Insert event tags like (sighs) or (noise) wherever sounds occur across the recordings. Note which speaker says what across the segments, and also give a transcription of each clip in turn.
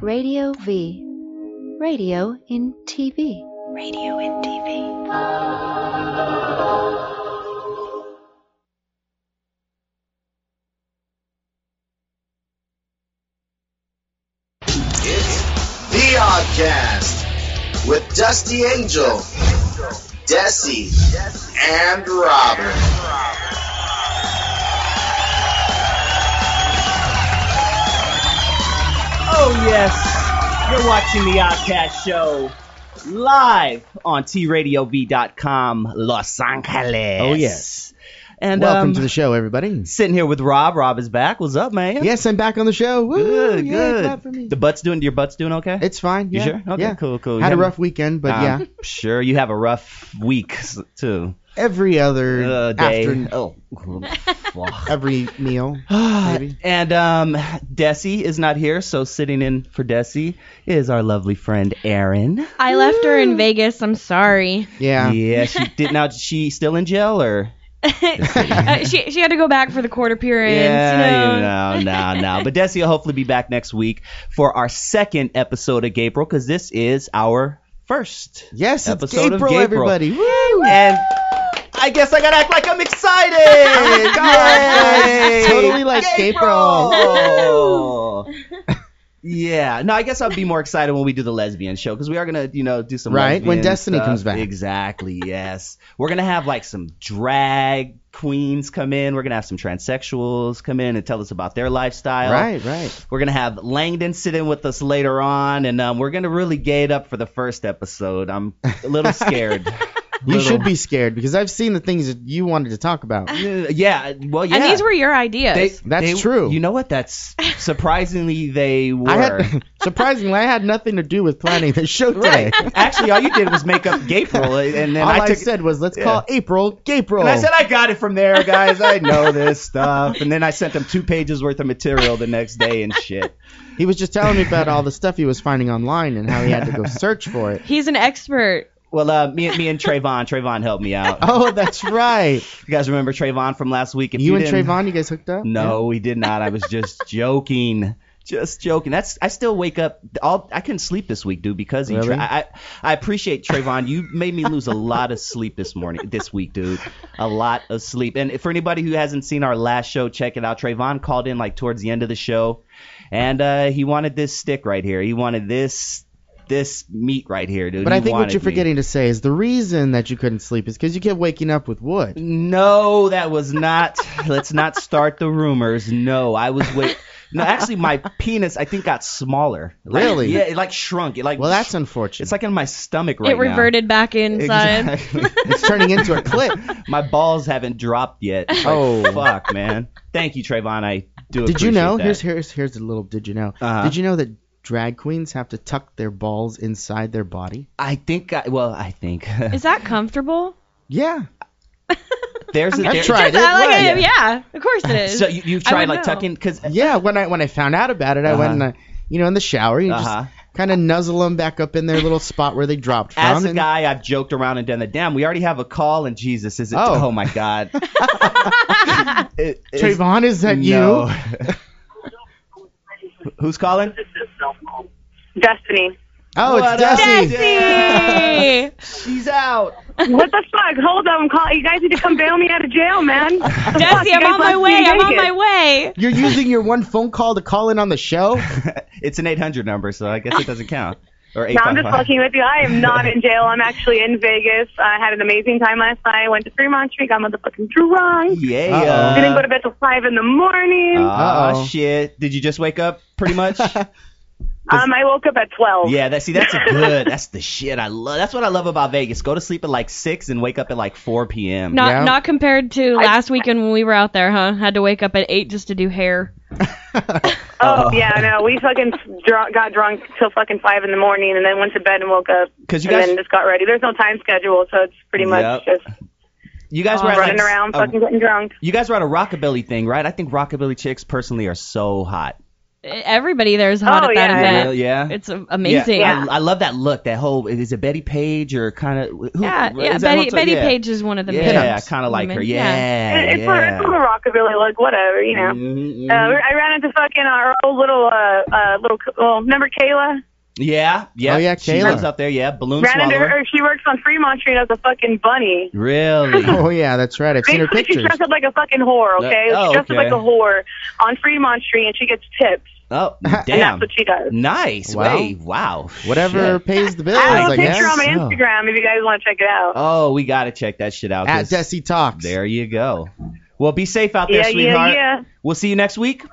Speaker 1: Radio V. Radio in TV. Radio in TV.
Speaker 2: It's the Oddcast with Dusty Angel, Desi, and Robert.
Speaker 3: Oh, yes. You're watching the Outcast Show live on tradiov.com, Los Angeles.
Speaker 4: Oh, yes.
Speaker 3: And
Speaker 4: Welcome
Speaker 3: um,
Speaker 4: to the show, everybody.
Speaker 3: sitting here with Rob. Rob is back. What's up, man?
Speaker 4: Yes, I'm back on the show. Woo,
Speaker 3: Good,
Speaker 4: yeah,
Speaker 3: good.
Speaker 4: clap for me.
Speaker 3: The butt's doing, your butt's doing okay?
Speaker 4: it's fine.
Speaker 3: you
Speaker 4: yeah,
Speaker 3: sure? Okay,
Speaker 4: yeah.
Speaker 3: cool, cool. You
Speaker 4: Had a
Speaker 3: haven't-
Speaker 4: rough weekend, but yeah,
Speaker 3: I'm (laughs) sure you have a rough week, s- too.
Speaker 4: every other
Speaker 3: Uh, day.
Speaker 4: afternoon,
Speaker 3: Oh.
Speaker 4: (laughs)
Speaker 3: (sighs)
Speaker 4: every meal. Maybe.
Speaker 3: and um, (sighs) Desi is not here, so sitting in for Desi is our lovely friend Erin.
Speaker 5: I left her in Vegas. I'm sorry.
Speaker 6: (laughs)
Speaker 4: Yeah.
Speaker 3: Yeah,
Speaker 4: (laughs)
Speaker 3: she did. Now she still in jail, or
Speaker 5: Uh, she she had to go back for the court appearance. you know.
Speaker 3: yeah, you know, no, no. But Desi will hopefully be back next week for our second episode of Gabriel, because this is our first.
Speaker 4: Yes, it's
Speaker 3: Episode of
Speaker 4: April,
Speaker 3: Gabriel.
Speaker 4: everybody. Woo!
Speaker 3: And I guess I gotta act like I'm
Speaker 4: (laughs)
Speaker 3: excited.
Speaker 4: Yes,
Speaker 3: Yay!
Speaker 4: totally like
Speaker 3: Gabriel. (laughs) yeah. No, I guess I'll be more excited when we do the lesbian show because we are gonna, you know, do some
Speaker 4: Right, when
Speaker 3: lesbian
Speaker 4: Destiny
Speaker 3: stuff.
Speaker 4: comes back.
Speaker 3: Exactly. Yes. We're gonna have like some drag queens come in. We're gonna have some transsexuals come in and tell us about their lifestyle.
Speaker 4: Right, right.
Speaker 3: We're gonna have Langdon sit in with us later on, and um, we're gonna really gate up for the first episode. I'm a
Speaker 4: (laughs)
Speaker 3: little scared.
Speaker 4: You
Speaker 3: Little-
Speaker 4: should be scared because I've seen the things that you wanted to talk about.
Speaker 5: (laughs)
Speaker 3: Uh, yeah. Well, yeah.
Speaker 5: And these were your ideas.
Speaker 3: They-
Speaker 4: That's
Speaker 3: they-
Speaker 4: true.
Speaker 3: You know what? That's surprisingly they were.
Speaker 4: (laughs) I had, surprisingly, I had nothing to do with planning the show today.
Speaker 3: right. (laughs) Actually, all you did was make up
Speaker 4: (laughs)
Speaker 3: April, and then
Speaker 4: All
Speaker 3: I
Speaker 4: I,
Speaker 3: took.
Speaker 4: said was, let's
Speaker 3: Yeah.
Speaker 4: call April Gabriel.
Speaker 3: and I said I got it from there, guys. I know (laughs) this stuff. And then I sent them two pages worth of material the next day and shit.
Speaker 4: he was just telling me about all the stuff he was finding online and how he had to go search
Speaker 3: (laughs)
Speaker 4: for it.
Speaker 5: He's an expert.
Speaker 3: Well, uh, me, me and Trayvon, Trayvon helped me out.
Speaker 4: (laughs) Oh, that's right.
Speaker 3: You guys remember Trayvon from last week? If
Speaker 4: you, and
Speaker 3: didn't-
Speaker 4: Trayvon, you guys hooked up?
Speaker 3: No, we did not. I was just
Speaker 4: (laughs)
Speaker 3: joking. Just joking. That's I still wake up. All I couldn't sleep this week, dude, because of you.
Speaker 4: Really?
Speaker 3: I, I I appreciate Trayvon. You made me lose a lot of sleep this morning, this week, dude. A lot of sleep. And for anybody who hasn't seen our last show, check it out. Trayvon called in like towards the end of the show, and uh, he wanted this stick right here. He wanted this this meat right here, dude.
Speaker 4: But
Speaker 3: He
Speaker 4: I think what
Speaker 3: wanted
Speaker 4: you're
Speaker 3: me.
Speaker 4: forgetting to say is the reason that you couldn't sleep is because you kept waking up with wood.
Speaker 3: No, that was not. (laughs) let's not start the rumors. No, I was with. No, actually, my penis I think got smaller. Like,
Speaker 4: Really?
Speaker 3: Yeah, it like shrunk. It like.
Speaker 4: Well, that's unfortunate.
Speaker 3: It's like in my stomach right
Speaker 5: it
Speaker 3: now.
Speaker 5: reverted back inside.
Speaker 4: (laughs)
Speaker 3: Exactly.
Speaker 4: it's turning into a (laughs) clip.
Speaker 3: my balls haven't dropped yet. It's like,
Speaker 4: Oh.
Speaker 3: fuck, man. Thank you, Trayvon. I do.
Speaker 4: Did you
Speaker 3: appreciate
Speaker 4: know?
Speaker 3: That.
Speaker 4: Here's here's here's a little. Did you know?
Speaker 3: Uh-huh.
Speaker 4: Did you know that drag queens have to tuck their balls inside their body?
Speaker 3: I think. I, well, I think.
Speaker 5: Is that comfortable?
Speaker 4: (laughs) Yeah,
Speaker 3: there's a.
Speaker 4: I've
Speaker 3: there-
Speaker 4: tried
Speaker 5: (laughs)
Speaker 4: it.
Speaker 5: I like
Speaker 4: Why?
Speaker 5: it. Yeah, of course
Speaker 3: (laughs)
Speaker 5: it is.
Speaker 3: So you, you've
Speaker 5: I
Speaker 3: tried
Speaker 5: would
Speaker 3: like
Speaker 5: know.
Speaker 3: tucking because.
Speaker 4: Yeah, when I when I found out about it, I went and
Speaker 3: Uh-huh.
Speaker 4: I, you know in the shower, you
Speaker 3: Uh-huh.
Speaker 4: just kind of nuzzle them back up in their little spot where they dropped from.
Speaker 3: As a
Speaker 4: and-
Speaker 3: guy, I've joked around and done the damn. We already have a call, and Jesus, is it?
Speaker 4: Oh.
Speaker 3: my God. (laughs) It- it's-
Speaker 4: (laughs) Trayvon, is that
Speaker 3: no.
Speaker 4: you?
Speaker 3: (laughs) Who's calling?
Speaker 6: Destiny.
Speaker 4: Oh,
Speaker 3: What
Speaker 4: it's
Speaker 3: up,
Speaker 4: Desi.
Speaker 5: Hey.
Speaker 3: She's out.
Speaker 6: What the fuck? Hold on, I'm calling. You guys need to come bail me out of jail, man. Fuck,
Speaker 5: Jesse,
Speaker 6: you
Speaker 5: I'm
Speaker 6: guys
Speaker 5: on my
Speaker 6: left
Speaker 5: way.
Speaker 6: me in
Speaker 5: I'm on
Speaker 6: Vegas.
Speaker 5: my way.
Speaker 4: You're using your one phone call to call in on the show.
Speaker 3: (laughs) It's an 800 number, so I guess it doesn't count. Or
Speaker 6: No, I'm just
Speaker 3: 855.
Speaker 6: fucking with you. I am not in jail. I'm actually in Vegas. I had an amazing time last night. I went to Fremont Street. Got motherfucking drunk.
Speaker 3: Yeah.
Speaker 4: Uh-oh.
Speaker 3: uh,
Speaker 6: Didn't go to bed till five in the morning.
Speaker 3: aw,
Speaker 4: Uh-oh.
Speaker 3: shit. Did you just wake up pretty
Speaker 4: (laughs)
Speaker 3: much? Oh.
Speaker 6: um, I woke up at twelve.
Speaker 3: yeah, that see that's a good. That's the shit I love. That's what I love about Vegas. Go to sleep at like 6 and wake up at like 4 p.m.
Speaker 5: Not
Speaker 4: Yeah.
Speaker 5: not compared to last weekend when we were out there, huh? Had to wake up at eight just to do hair.
Speaker 6: Oh yeah, no, we fucking drunk, got drunk till fucking five in the morning, and then went to bed and woke up,
Speaker 3: 'Cause you
Speaker 6: and
Speaker 3: guys-
Speaker 6: then just got ready. There's no time schedule, so it's pretty much
Speaker 3: Yep.
Speaker 6: just
Speaker 3: You guys were at
Speaker 6: running
Speaker 3: like,
Speaker 6: around,
Speaker 3: a-
Speaker 6: fucking getting drunk.
Speaker 3: You guys were at a rockabilly thing, right? I think rockabilly chicks personally are so hot.
Speaker 5: everybody there is hot
Speaker 6: Oh,
Speaker 5: at that
Speaker 6: yeah.
Speaker 5: event.
Speaker 3: Really? Yeah.
Speaker 5: It's a- amazing.
Speaker 3: Yeah,
Speaker 5: Yeah,
Speaker 6: Yeah.
Speaker 3: I, I love that look. That whole is it Betty Page or kind of
Speaker 5: yeah. Betty, Betty Page is one of the main-
Speaker 3: Yeah, I kind of like her. Yeah,
Speaker 6: It- It's,
Speaker 3: yeah.
Speaker 6: for, it's for the rockabilly look, whatever, you know.
Speaker 3: Mhm,
Speaker 6: Uh,
Speaker 3: mhm.
Speaker 6: I ran into fucking our old little, uh, uh, little, well, remember Kayla?
Speaker 3: yeah, yeah.
Speaker 4: Oh, yeah,
Speaker 3: she
Speaker 4: Kayla.
Speaker 3: lives out there. Yeah, balloon
Speaker 6: Ran into
Speaker 3: swallower.
Speaker 6: her. She works on Fremont Street as a fucking bunny.
Speaker 3: Really?
Speaker 4: (laughs) Oh yeah, that's right. I've seen her
Speaker 6: Basically, she's
Speaker 4: pictures.
Speaker 6: dressed up like a fucking whore, okay?
Speaker 3: Uh, oh,
Speaker 6: she dresses up
Speaker 3: okay.
Speaker 6: like a whore on Fremont Street, and she gets tips,
Speaker 3: oh,
Speaker 6: and
Speaker 3: damn.
Speaker 6: that's what she does.
Speaker 3: Nice.
Speaker 4: Wow.
Speaker 3: Wait, wow.
Speaker 4: Whatever
Speaker 3: Shit.
Speaker 4: pays the bills,
Speaker 6: I have
Speaker 4: I
Speaker 6: a picture
Speaker 4: guess. Oh.
Speaker 6: on my
Speaker 3: guess so.
Speaker 6: Instagram if you guys want to check it out.
Speaker 3: Oh, we gotta check that shit out.
Speaker 4: At
Speaker 3: 'cause
Speaker 4: Desi Talks.
Speaker 3: There you go. Well, be safe out there,
Speaker 6: yeah,
Speaker 3: sweetheart.
Speaker 6: yeah, yeah.
Speaker 3: We'll see you next week.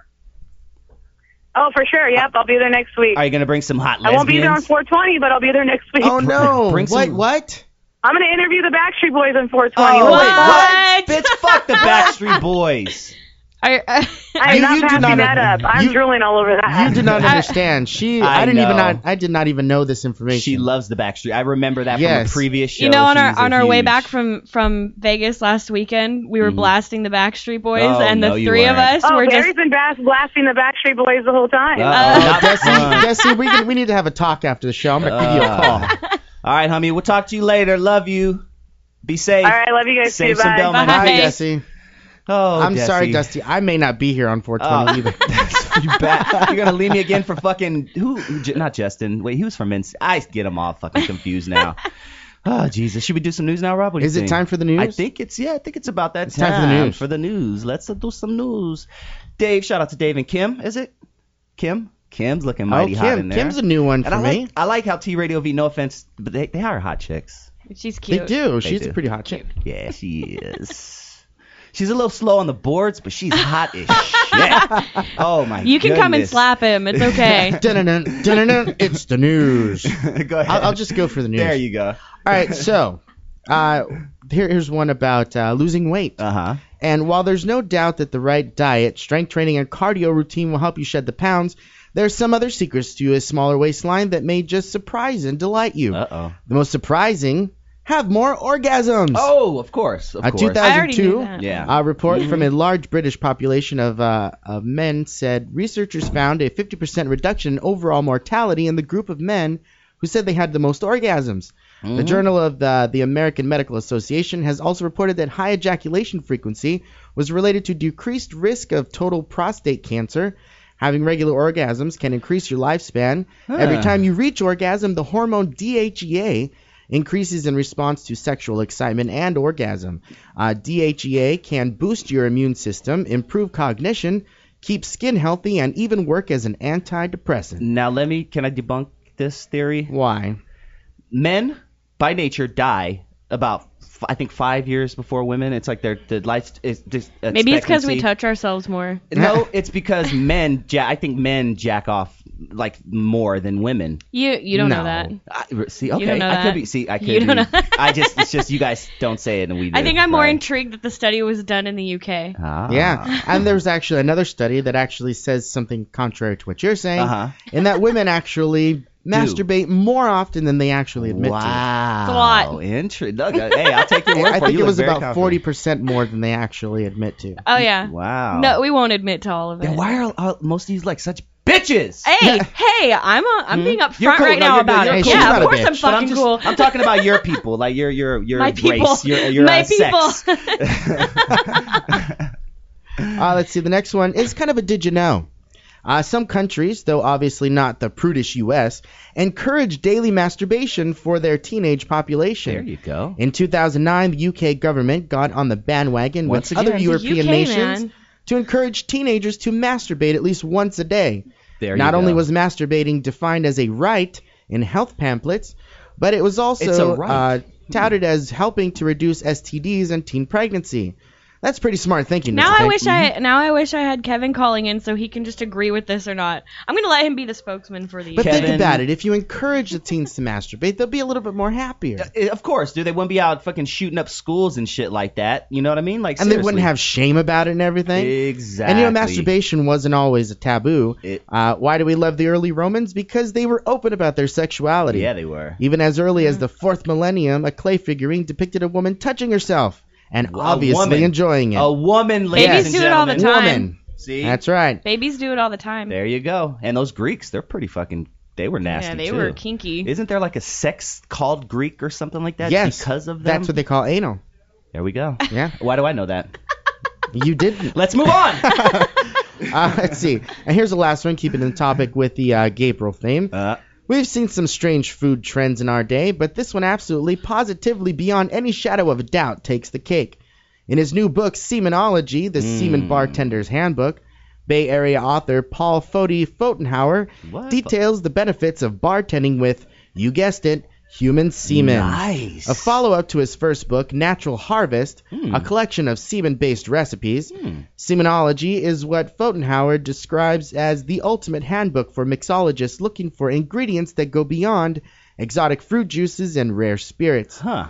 Speaker 6: Oh, for sure. Yep, I'll be there next week.
Speaker 3: Are you gonna bring some hot
Speaker 6: I
Speaker 3: lesbians?
Speaker 6: won't be there on 420, but I'll be there next week.
Speaker 4: Oh no!
Speaker 3: Bring
Speaker 4: Wait,
Speaker 3: some-
Speaker 4: what?
Speaker 6: I'm gonna interview the Backstreet Boys on
Speaker 3: Oh,
Speaker 6: 420.
Speaker 3: wait,
Speaker 5: What?
Speaker 3: Bitch, fuck
Speaker 7: (laughs)
Speaker 3: the Backstreet Boys.
Speaker 7: uh,
Speaker 5: I, I,
Speaker 6: I
Speaker 4: You-
Speaker 6: am not
Speaker 4: you do
Speaker 6: passing
Speaker 4: not-
Speaker 6: that up. I'm
Speaker 4: you-
Speaker 6: drooling all over that.
Speaker 4: You do
Speaker 5: (laughs)
Speaker 4: not
Speaker 5: I-
Speaker 4: understand. She,
Speaker 3: I
Speaker 4: I, didn't even,
Speaker 3: know.
Speaker 4: not, I did not even know this information.
Speaker 3: She loves the Backstreet. I remember that from a
Speaker 4: Yes.
Speaker 3: previous show.
Speaker 5: you know, on
Speaker 3: She
Speaker 5: our
Speaker 3: was a
Speaker 5: on our way
Speaker 3: huge-
Speaker 5: back from from Vegas last weekend, we were
Speaker 3: Mhm.
Speaker 5: blasting the Backstreet Boys,
Speaker 3: Oh,
Speaker 5: and the
Speaker 3: no, you
Speaker 5: three of us
Speaker 3: weren't.
Speaker 6: oh,
Speaker 5: were
Speaker 6: Barry's
Speaker 5: just.
Speaker 6: been bas- blasting the Backstreet Boys the whole time.
Speaker 3: Uh-oh,
Speaker 5: Uh,
Speaker 3: not
Speaker 4: Desi,
Speaker 3: fun.
Speaker 4: Desi, we, can, we need to have a talk after the show. I'm gonna give you a call.
Speaker 3: Uh, (laughs) all right, homie. We'll talk to you later. Love you. Be safe.
Speaker 6: all right, love you guys.
Speaker 3: Save
Speaker 6: too.
Speaker 3: some
Speaker 6: Bye.
Speaker 3: Del
Speaker 5: Bye.
Speaker 3: Monte.
Speaker 4: Bye,
Speaker 5: Hey.
Speaker 4: Desi.
Speaker 3: Oh,
Speaker 4: I'm
Speaker 3: Desi.
Speaker 4: sorry, Dusty. I may not be here on 420
Speaker 3: Oh. (laughs)
Speaker 4: either.
Speaker 3: you bet. You're gonna leave me again for fucking who? who Ju- Not Justin. Wait, he was from NC. I get him all fucking confused now. Oh Jesus! Should we do some news now, Rob? What do you
Speaker 4: Is it
Speaker 3: think?
Speaker 4: time for the (laughs) news?
Speaker 3: I think it's yeah. I think it's about that
Speaker 4: It's
Speaker 3: time,
Speaker 4: time for the news.
Speaker 3: For the news, let's do some news. Dave, shout out to Dave and Kim. Is it Kim? Kim's looking
Speaker 4: Oh,
Speaker 3: mighty hot in
Speaker 4: Kim.
Speaker 3: there.
Speaker 4: Kim's a new one for
Speaker 3: and I
Speaker 4: me.
Speaker 3: like I like how T Radio V. No offense, but they they are hot chicks.
Speaker 5: She's
Speaker 4: they
Speaker 5: cute.
Speaker 4: do. She's
Speaker 3: do.
Speaker 4: a pretty hot chick.
Speaker 3: Yeah, she is. She's a little slow on the boards, but she's hot as
Speaker 4: (laughs)
Speaker 3: shit. Oh my!
Speaker 5: You can come and
Speaker 3: goodness.
Speaker 5: slap him.
Speaker 3: (laughs)
Speaker 5: It's okay.
Speaker 4: Dun-dun-dun, dun-dun-dun, it's the news.
Speaker 3: go ahead.
Speaker 4: I'll, I'll just go for the news.
Speaker 3: There you go.
Speaker 4: All right, so uh, here, here's one about uh, losing weight.
Speaker 3: Uh huh.
Speaker 4: And while there's no doubt that the right diet, strength training, and cardio routine will help you shed the pounds, there's some other secrets to a smaller waistline that may just surprise and delight you.
Speaker 3: Uh oh.
Speaker 4: The most surprising have more orgasms.
Speaker 3: Oh, of course. Of
Speaker 4: A
Speaker 3: course.
Speaker 4: 2000
Speaker 5: I already knew
Speaker 4: 2002?
Speaker 5: that.
Speaker 3: Yeah.
Speaker 4: A report from a large British population of, uh, of men said researchers found a 50% reduction in overall mortality in the group of men who said they had the most orgasms. The Journal of the, the American Medical Association has also reported that high ejaculation frequency was related to decreased risk of total prostate cancer. Having regular orgasms can increase your lifespan. Every
Speaker 3: Huh.
Speaker 4: time you reach orgasm, the hormone DHEA increases in response to sexual excitement and orgasm. Uh, DHEA can boost your immune system, improve cognition, keep skin healthy, and even work as an antidepressant.
Speaker 3: Now let me. Can I debunk this theory?
Speaker 4: Why?
Speaker 3: Men by nature die about f- I think five years before women. It's like their the life is just.
Speaker 5: Maybe it's because we
Speaker 3: expectancy-
Speaker 5: touch ourselves more.
Speaker 4: (laughs)
Speaker 3: No, it's because men. Ja- I think men jack off like more than women.
Speaker 5: You you don't know
Speaker 4: No.
Speaker 5: that.
Speaker 3: I, see,
Speaker 5: don't
Speaker 3: okay,
Speaker 5: know
Speaker 3: I
Speaker 5: that.
Speaker 3: could be. See, I could.
Speaker 5: You don't
Speaker 3: be-
Speaker 5: know.
Speaker 3: I just. It's just you guys don't say it, and we.
Speaker 5: I
Speaker 3: do,
Speaker 5: think I'm more
Speaker 3: right?
Speaker 5: intrigued that the study was done in the UK.
Speaker 3: Ah.
Speaker 4: Yeah, and there's actually another study that actually says something contrary to what you're saying,
Speaker 3: Uh-huh.
Speaker 4: in that women actually masturbate more often than they actually admit to.
Speaker 3: Wow.
Speaker 5: (laughs) It's a lot.
Speaker 3: Oh, Intri- look, uh, hey, I'll take your word
Speaker 4: (laughs) I
Speaker 3: for
Speaker 4: think
Speaker 3: You
Speaker 4: it
Speaker 3: look
Speaker 4: was
Speaker 3: very
Speaker 4: about
Speaker 3: confident.
Speaker 4: forty percent more than they actually admit to.
Speaker 5: Oh yeah.
Speaker 3: Wow.
Speaker 5: No, we won't admit to all of it.
Speaker 3: Then why are uh, most of these like (laughs) such bitches? (laughs) Hmm?
Speaker 5: Hey, hey, I'm a, I'm being
Speaker 3: You're
Speaker 5: upfront
Speaker 3: cool.
Speaker 5: right
Speaker 3: No,
Speaker 5: now
Speaker 3: you're good.
Speaker 5: about
Speaker 3: You're
Speaker 5: it.
Speaker 3: cool. She's
Speaker 5: Yeah,
Speaker 4: not
Speaker 5: of
Speaker 4: a
Speaker 5: course
Speaker 4: bitch.
Speaker 5: I'm
Speaker 3: But I'm
Speaker 5: fucking
Speaker 3: just,
Speaker 5: cool.
Speaker 3: I'm talking
Speaker 5: (laughs)
Speaker 3: about your people, like your your your
Speaker 5: My
Speaker 3: race,
Speaker 5: people.
Speaker 3: your your
Speaker 5: My
Speaker 3: uh, sex.
Speaker 5: people.
Speaker 4: Uh, let's see. The next one is kind of a did you know? Uh, some countries, though obviously not the prudish U.S., encourage daily masturbation for their teenage population.
Speaker 3: There you go.
Speaker 4: In 2009, the UK government got on the bandwagon
Speaker 3: Once
Speaker 4: with other
Speaker 3: again. The
Speaker 4: European
Speaker 5: UK,
Speaker 4: nations
Speaker 5: man.
Speaker 4: to encourage teenagers to masturbate at least once a day.
Speaker 3: There you
Speaker 4: Not
Speaker 3: go.
Speaker 4: only was masturbating defined as a right in health pamphlets, but it was also
Speaker 3: It's a right. Hmm.
Speaker 4: uh, touted as helping to reduce STDs and teen pregnancy. That's pretty smart thinking. Mm-hmm.
Speaker 5: Now
Speaker 4: Mr.
Speaker 5: I
Speaker 4: Pink.
Speaker 5: wish I now I wish I had Kevin calling in so he can just agree with this or not. I'm gonna let him be the spokesman for the.
Speaker 4: But
Speaker 3: Kevin-
Speaker 4: think about it. If you encourage the teens to masturbate, they'll be a little bit more happier.
Speaker 3: Uh, of course, dude, they wouldn't be out fucking shooting up schools and shit like that. You know what I mean? Like,
Speaker 4: and they wouldn't
Speaker 3: seriously.
Speaker 4: have shame about it and everything.
Speaker 3: exactly.
Speaker 4: And you know, masturbation wasn't always a taboo.
Speaker 3: It-
Speaker 4: Uh, why do we love the early Romans? Because they were open about their sexuality.
Speaker 3: Yeah, they were.
Speaker 4: Even as early as the fourth millennium, a clay figurine depicted a woman touching herself and
Speaker 3: A
Speaker 4: obviously
Speaker 3: woman.
Speaker 4: enjoying it.
Speaker 3: A woman, ladies
Speaker 5: Babies
Speaker 3: and
Speaker 5: do it all
Speaker 3: gentlemen.
Speaker 5: the time.
Speaker 4: woman.
Speaker 3: See?
Speaker 4: That's right.
Speaker 5: Babies do it all the time.
Speaker 3: there you go. And those Greeks, they're pretty fucking. They were nasty
Speaker 5: yeah, they
Speaker 3: too.
Speaker 5: were kinky.
Speaker 3: Isn't there like a sex called Greek or something like that?
Speaker 4: Yes,
Speaker 3: Because of them.
Speaker 4: That's what they call anal.
Speaker 3: There we go.
Speaker 4: Yeah,
Speaker 3: Why do (laughs) I know that?
Speaker 4: you didn't.
Speaker 3: Let's move on.
Speaker 4: (laughs) Uh, let's see. And here's the last one, keeping the topic with the uh, Gabriel fame.
Speaker 3: Uh,
Speaker 4: We've seen some strange food trends in our day, but this one absolutely, positively, beyond any shadow of a doubt, takes the cake. In his new book, Semenology, the
Speaker 3: Hmm.
Speaker 4: Semen Bartender's Handbook, Bay Area author Paul Fody Fotenhauer
Speaker 3: What?
Speaker 4: details the benefits of bartending with, you guessed it, human semen.
Speaker 3: nice.
Speaker 4: A follow up to his first book, Natural Harvest,
Speaker 3: Hmm.
Speaker 4: a collection of semen based recipes. Semenology is what Fotenhauer describes as the ultimate handbook for mixologists looking for ingredients that go beyond exotic fruit juices and rare spirits.
Speaker 3: Huh.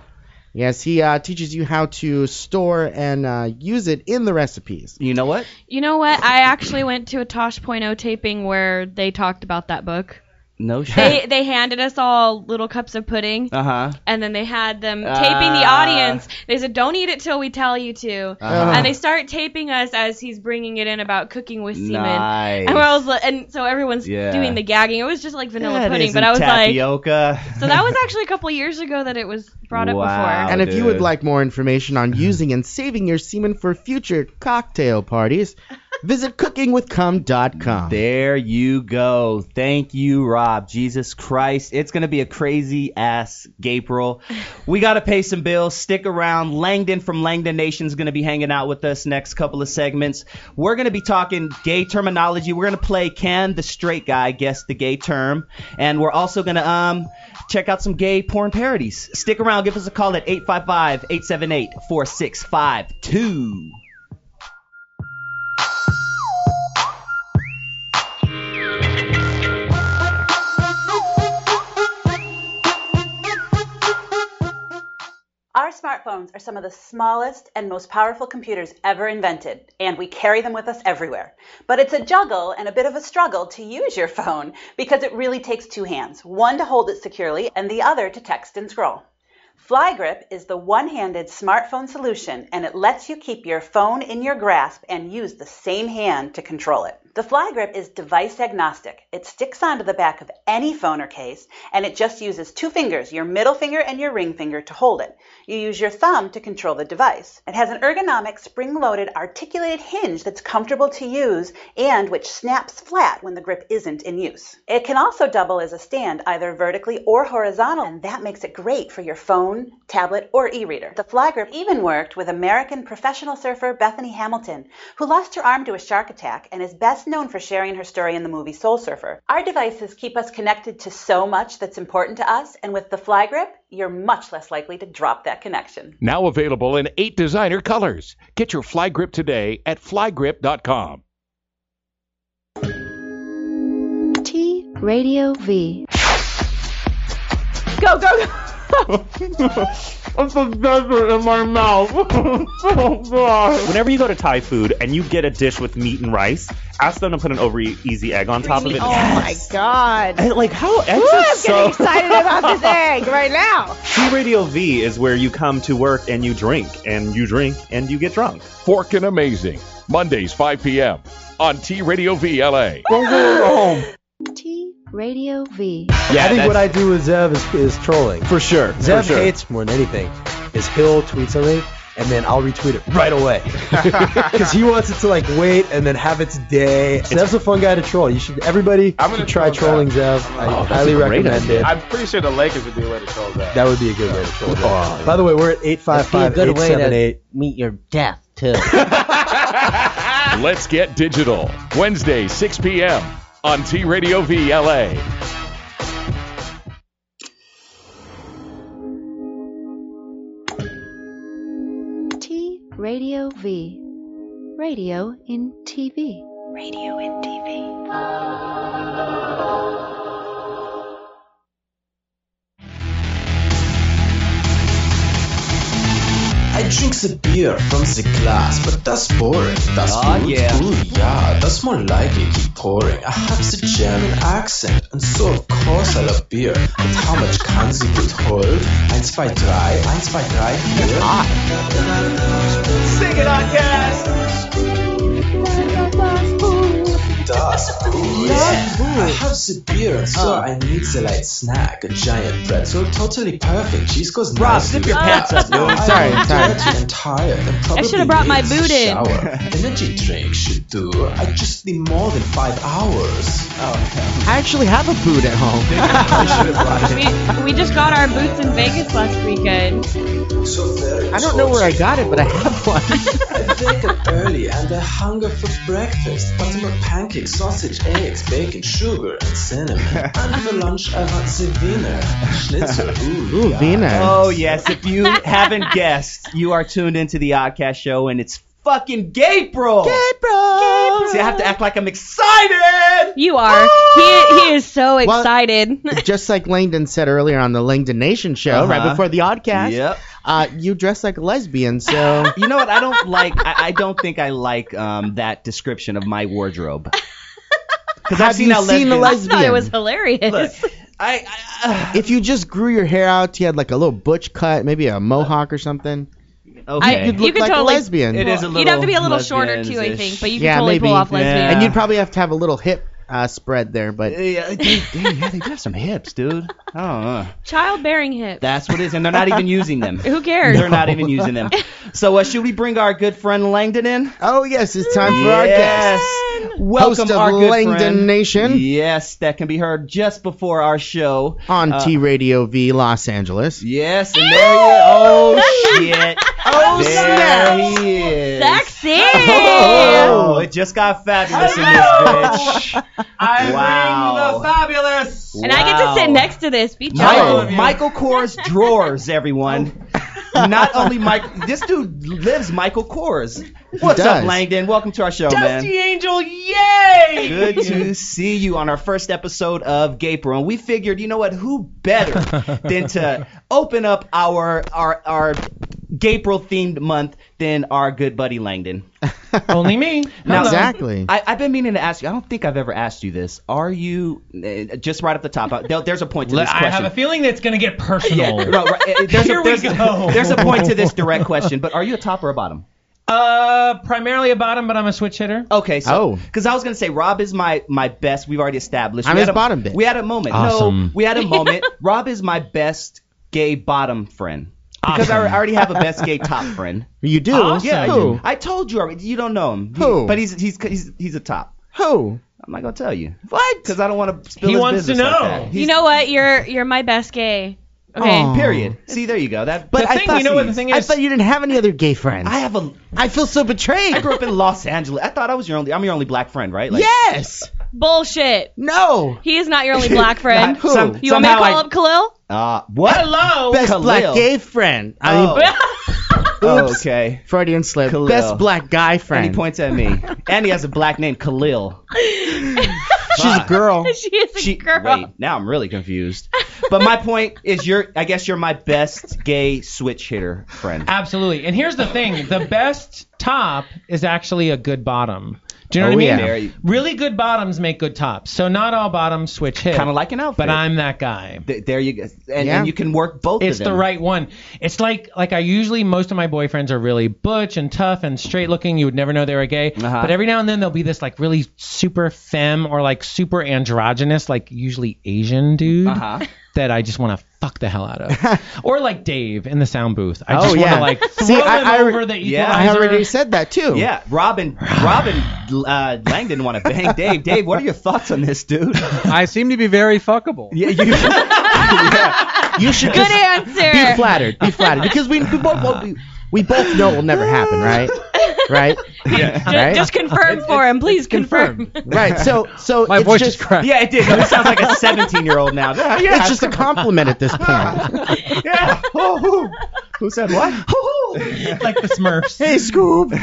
Speaker 4: Yes, he uh, teaches you how to store and uh, use it in the recipes.
Speaker 3: You know what?
Speaker 5: You know what? I actually went to a Tosh.0 taping where they talked about that book.
Speaker 3: No shit.
Speaker 5: They they handed us all little cups of pudding,
Speaker 3: Uh huh.
Speaker 5: and then they had them taping the
Speaker 3: Ah.
Speaker 5: audience. They said, "Don't eat it till we tell you to," and they start taping us as he's bringing it in about cooking with semen.
Speaker 3: Nice.
Speaker 5: And, I was, li- and so everyone's
Speaker 3: Yeah.
Speaker 5: doing the gagging. It was just like vanilla
Speaker 3: That
Speaker 5: pudding,
Speaker 3: isn't
Speaker 5: but I was like,
Speaker 3: tapioca.
Speaker 5: so that was actually a couple years ago that it was brought
Speaker 2: (laughs)
Speaker 5: up
Speaker 3: Wow.
Speaker 5: before.
Speaker 4: and if you would
Speaker 3: dude.
Speaker 4: like more
Speaker 3: (laughs)
Speaker 4: information on using and saving your semen for future cocktail parties, visit cookingwithcum.com.
Speaker 3: There you go. Thank you, Rob. Jesus Christ. It's going to be a crazy ass Gabriel. We got to pay some bills. Stick around. Langdon from Langdon Nation's going to be hanging out with us next couple of segments. We're going to be talking gay terminology. We're going to play Can the Straight Guy Guess the Gay Term? And we're also going to um check out some gay porn parodies. Stick around. Give us a call at 855 878 4652.
Speaker 8: Our smartphones are some of the smallest and most powerful computers ever invented, and we carry them with us everywhere. But it's a juggle and a bit of a struggle to use your phone because it really takes two hands one to hold it securely, and the other to text and scroll. FlyGrip is the one handed smartphone solution, and it lets you keep your phone in your grasp and use the same hand to control it. The FlyGrip is device agnostic. It sticks onto the back of any phone or case, and it just uses two fingers, your middle finger and your ring finger, to hold it. You use your thumb to control the device. It has an ergonomic, spring loaded, articulated hinge that's comfortable to use and which snaps flat when the grip isn't in use. It can also double as a stand either vertically or horizontal, and that makes it great for your phone, tablet, or e reader. The fly grip even worked with American professional surfer Bethany Hamilton, who lost her arm to a shark attack and is best known for sharing her story in the movie Soul Surfer. Our devices keep us connected to so much that's important to us, and with the fly grip, you're much less likely to drop that connection.
Speaker 9: Now available in eight designer colors. Get your fly grip today at flygrip.com.
Speaker 1: T Radio V.
Speaker 8: Go,
Speaker 10: (laughs)
Speaker 8: go, go!
Speaker 4: (laughs) Oh,
Speaker 11: Whenever you go to Thai food and you get a dish with meat and rice, ask them to put an over easy egg on top of it.
Speaker 12: Oh my god.
Speaker 11: And like how eggs
Speaker 12: Ooh,
Speaker 11: are
Speaker 12: I'm
Speaker 11: so
Speaker 12: getting excited about
Speaker 3: (laughs)
Speaker 12: this egg right now.
Speaker 11: T Radio V is where you come to work and you drink and you drink and you get drunk.
Speaker 9: Forkin' Amazing. Mondays, 5 p.m. on T Radio VLA.
Speaker 8: (gasps)
Speaker 1: T Radio V.
Speaker 11: Yeah,
Speaker 10: I think
Speaker 11: that's-
Speaker 10: what I do with Zev is, is trolling.
Speaker 11: for sure. for
Speaker 10: Zev
Speaker 11: sure.
Speaker 10: hates more than anything is he'll tweet something and then I'll retweet it
Speaker 11: (laughs)
Speaker 10: right away because he wants it to like wait and then have its day. Zev's a fun guy to troll. You should everybody
Speaker 13: I'm gonna
Speaker 10: should try
Speaker 13: troll
Speaker 10: trolling
Speaker 13: Zev.
Speaker 10: Zev.
Speaker 13: Oh,
Speaker 10: I
Speaker 13: that's
Speaker 10: highly
Speaker 11: a great
Speaker 10: recommend
Speaker 11: idea.
Speaker 10: it.
Speaker 13: I'm pretty sure the Lakers would be a way to solve that.
Speaker 10: that would be a good way to troll. Zev. By the way, we're at eight five
Speaker 12: That'd be a
Speaker 10: five eight
Speaker 12: good way
Speaker 10: seven eight.
Speaker 12: to meet your death, too.
Speaker 9: (laughs) Let's get digital. Wednesday, 6 p.m. on T Radio VLA.
Speaker 1: T Radio V. Radio in TV. Radio in TV.
Speaker 2: I drinks a beer from the glass, but that's boring. That's
Speaker 3: Ah,
Speaker 2: rude.
Speaker 3: yeah.
Speaker 2: Ooh, yeah, that's more like it. Keep pouring. I have the German accent, and so of course I love beer. But how much can sie gut hold? Eins, zwei, drei. Eins, zwei, drei, vier. Ah. Sing it on cast. I have the beer, so I need the light snack. A giant pretzel, totally perfect. Cheese goes
Speaker 3: Rob,
Speaker 2: nicely.
Speaker 3: zip your pants
Speaker 2: (laughs)
Speaker 3: up, dude.
Speaker 2: I'm
Speaker 3: Sorry, sorry.
Speaker 2: dirty and tired. And probably
Speaker 5: should've brought my
Speaker 2: needs a
Speaker 5: boot in. (laughs)
Speaker 2: Shower. Energy drink should do. I just need more than five hours. Oh,
Speaker 4: I actually have a boot at
Speaker 2: (laughs) I should have
Speaker 4: home.
Speaker 2: brought
Speaker 5: (laughs)
Speaker 2: it.
Speaker 5: We, we just got our boots in Vegas last weekend.
Speaker 4: I don't know where I got it, but I have one.
Speaker 5: (laughs)
Speaker 2: I wake up early and I hunger for breakfast. Buttermilk pancakes, sausage, eggs, bacon, sugar, and cinnamon.
Speaker 4: (laughs)
Speaker 2: And for lunch, I want the Wiener Schnitzel.
Speaker 4: (laughs)
Speaker 2: Ooh,
Speaker 4: Ooh, Wiener.
Speaker 3: Oh yes, if you haven't guessed, you are tuned into the Oddcast show, and it's fucking Gabriel. Gabriel. See, I have to act like I'm excited. Ah!
Speaker 5: You are. He, he is so excited.
Speaker 4: Just like Langdon said earlier on the Langdon Nation show,
Speaker 3: Uh-huh.
Speaker 4: right before the Oddcast,
Speaker 3: Yep.
Speaker 4: uh, you dress like a
Speaker 5: (sighs)
Speaker 4: lesbian, so
Speaker 3: (laughs) You know what? I don't like. I, I don't think I like um, that description of
Speaker 5: (laughs)
Speaker 3: my wardrobe. Because I've
Speaker 4: Have
Speaker 3: seen
Speaker 4: you
Speaker 3: how
Speaker 4: seen a
Speaker 3: lesbians-
Speaker 5: I thought it
Speaker 4: lesbian?
Speaker 5: was hilarious.
Speaker 3: Look, I, I,
Speaker 4: if you just grew your hair out, you had like a little butch cut, maybe a mohawk or something.
Speaker 3: okay.
Speaker 4: You'd look
Speaker 5: could
Speaker 4: like
Speaker 5: totally-
Speaker 4: a lesbian.
Speaker 3: It is a
Speaker 5: You'd have to be a
Speaker 3: little
Speaker 5: little shorter too, I
Speaker 3: lesbian-ish.
Speaker 5: think, but you can
Speaker 4: yeah,
Speaker 5: totally
Speaker 4: maybe.
Speaker 5: pull off lesbian.
Speaker 4: And you'd probably have to have a little hip uh, spread there, but
Speaker 3: yeah, dude, dang, yeah, they do have some hips, dude. I don't know.
Speaker 5: (laughs) Childbearing hips.
Speaker 3: That's what it is, and they're not even
Speaker 5: (laughs)
Speaker 3: using them.
Speaker 5: Who cares?
Speaker 3: They're not even using
Speaker 5: (laughs)
Speaker 3: them. So uh, should we bring our good friend Langdon in?
Speaker 4: oh yes, it's time for our guest.
Speaker 3: yes. Welcome,
Speaker 4: (laughs) Host of
Speaker 3: our good
Speaker 4: Langdon
Speaker 3: friend.
Speaker 4: Nation.
Speaker 3: Yes, that can be heard just before our show
Speaker 4: on
Speaker 3: Uh,
Speaker 4: T Radio V Los Angeles.
Speaker 3: Yes, and there he is. (laughs) Oh shit! oh there he is.
Speaker 5: Sexy.
Speaker 3: Oh, it just got fabulous in this bitch.
Speaker 13: I
Speaker 3: wow.
Speaker 13: ring the fabulous.
Speaker 5: And I get to sit
Speaker 3: Wow.
Speaker 5: next to this. Be
Speaker 3: Michael,
Speaker 5: jealous.
Speaker 3: Michael Kors drawers, everyone. Not only Mike, this dude lives Michael Kors. What's up,
Speaker 4: does.
Speaker 3: Langdon? Welcome to our show, man.
Speaker 13: Dusty Angel, yay!
Speaker 3: (laughs) Good to see you on our first episode of Gaper. And we figured, you know what, who better than to open up our our our Gaper themed month than our good buddy Langdon.
Speaker 13: (laughs) Only me.
Speaker 3: Now-
Speaker 4: exactly.
Speaker 3: I, I've been meaning to ask you. I don't think I've ever asked you this. Are you eh, just right up the top? uh, there- there's a point to this
Speaker 13: I
Speaker 3: question.
Speaker 13: have a feeling that it's gonna get personal.
Speaker 3: yeah, no, right, eh, there's,
Speaker 13: Here
Speaker 3: a,
Speaker 13: we
Speaker 3: there's,
Speaker 13: go.
Speaker 3: there's a point to this direct question, but are you a top or a bottom?
Speaker 13: Uh, primarily a bottom, but I'm a switch hitter.
Speaker 3: Okay, so
Speaker 4: Oh.
Speaker 3: because I was gonna say Rob is my my best. We've already established.
Speaker 4: I'm
Speaker 3: we
Speaker 4: his
Speaker 3: had a,
Speaker 4: bottom bitch.
Speaker 3: We had a moment. No,
Speaker 13: Awesome.
Speaker 3: we
Speaker 4: (laughs)
Speaker 3: had a moment. Rob is my best gay bottom friend because I
Speaker 13: Awesome.
Speaker 3: already have a best
Speaker 4: (laughs)
Speaker 3: gay top friend.
Speaker 4: you do?
Speaker 13: Awesome.
Speaker 3: Yeah, I
Speaker 4: Who?
Speaker 3: do. I told you already. You don't know him. He-
Speaker 4: Who?
Speaker 3: But he's he's he's he's a top.
Speaker 4: Who?
Speaker 3: I'm not gonna tell you. What? Because I don't want to spill
Speaker 13: He
Speaker 3: his
Speaker 13: wants to
Speaker 3: business like
Speaker 13: know.
Speaker 3: that.
Speaker 5: you
Speaker 3: He's-
Speaker 5: know what? You're you're my best gay. Okay.
Speaker 4: Aw.
Speaker 3: Period. See, there you go. That.
Speaker 4: But
Speaker 13: The
Speaker 4: I
Speaker 13: thing,
Speaker 4: thought
Speaker 13: you know what the thing
Speaker 4: I
Speaker 13: is?
Speaker 4: thought you didn't have any other gay friends.
Speaker 3: I have a.
Speaker 4: I feel so betrayed.
Speaker 3: I grew up in Los Angeles. I thought I was your only. I'm your only black friend, right?
Speaker 4: yes.
Speaker 5: Bullshit.
Speaker 4: No.
Speaker 5: He is not your
Speaker 3: (laughs)
Speaker 5: only black friend.
Speaker 4: Who?
Speaker 3: Some-
Speaker 5: you want me to
Speaker 3: somehow
Speaker 5: call
Speaker 3: I-
Speaker 5: up Khalil?
Speaker 3: Uh, what?
Speaker 13: Hello.
Speaker 4: Best
Speaker 3: Khalil.
Speaker 4: black gay friend. I mean,
Speaker 3: Oh,
Speaker 4: Oops.
Speaker 3: okay.
Speaker 4: Freudian slip.
Speaker 3: Khalil.
Speaker 4: Best black guy
Speaker 3: And he
Speaker 4: friend.
Speaker 3: points at me. and he has a black
Speaker 13: (laughs)
Speaker 3: name, Khalil.
Speaker 4: She's a girl.
Speaker 5: she is a
Speaker 3: She,
Speaker 5: girl.
Speaker 3: wait, now I'm really confused. But my point is, you're. I guess you're my best gay switch hitter friend.
Speaker 13: Absolutely. And here's the thing:
Speaker 3: (laughs)
Speaker 13: the best top is actually a good bottom. Do you know what
Speaker 4: Oh,
Speaker 13: I mean?
Speaker 4: yeah.
Speaker 3: Very-
Speaker 13: Really good bottoms make good tops. So not all bottoms switch hit.
Speaker 3: Kind of like an outfit.
Speaker 13: But I'm that guy.
Speaker 3: Th- there you go. And,
Speaker 4: Yeah.
Speaker 3: and you can work both
Speaker 13: It's
Speaker 3: of them.
Speaker 13: the right one. It's like like I usually most of my boyfriends are really butch and tough and straight looking. You would never know they were gay.
Speaker 3: Uh-huh.
Speaker 13: But every now and then there'll be this like really super femme or like super androgynous, like usually Asian dude
Speaker 3: Uh-huh.
Speaker 13: that I just want to fuck the hell out
Speaker 3: (laughs)
Speaker 13: of. or like Dave in the sound booth. I just
Speaker 4: Oh,
Speaker 13: want
Speaker 4: yeah.
Speaker 13: to like throw
Speaker 4: See,
Speaker 13: him
Speaker 4: I- I re-
Speaker 13: over the
Speaker 3: Yeah,
Speaker 13: equalizer.
Speaker 4: I already said that too.
Speaker 3: Yeah, Robin. Robin uh, Lang didn't want to bang Dave. Dave, what are your thoughts on this, dude?
Speaker 14: I seem to be very fuckable.
Speaker 3: Yeah, you.
Speaker 4: You should
Speaker 5: Good
Speaker 4: just be
Speaker 5: answer.
Speaker 4: flattered. Be flattered because we, we both we, we both know it will never happen, right?
Speaker 14: (laughs)
Speaker 4: Right.
Speaker 5: Ju-
Speaker 4: Right?
Speaker 5: Just confirm for him, please confirm.
Speaker 4: (laughs) Right. So so
Speaker 14: My
Speaker 4: it's
Speaker 14: voice
Speaker 4: just
Speaker 14: is cracked.
Speaker 3: Yeah, it did. It sounds like a 17 year old
Speaker 4: (laughs)
Speaker 3: now. Yeah, yeah,
Speaker 4: it's just a compliment at
Speaker 14: (laughs)
Speaker 4: this point.
Speaker 3: (laughs)
Speaker 4: (laughs)
Speaker 3: yeah. Hoo, hoo. Who said what? Hoo, hoo.
Speaker 13: like the Smurfs.
Speaker 4: hey, Scoob.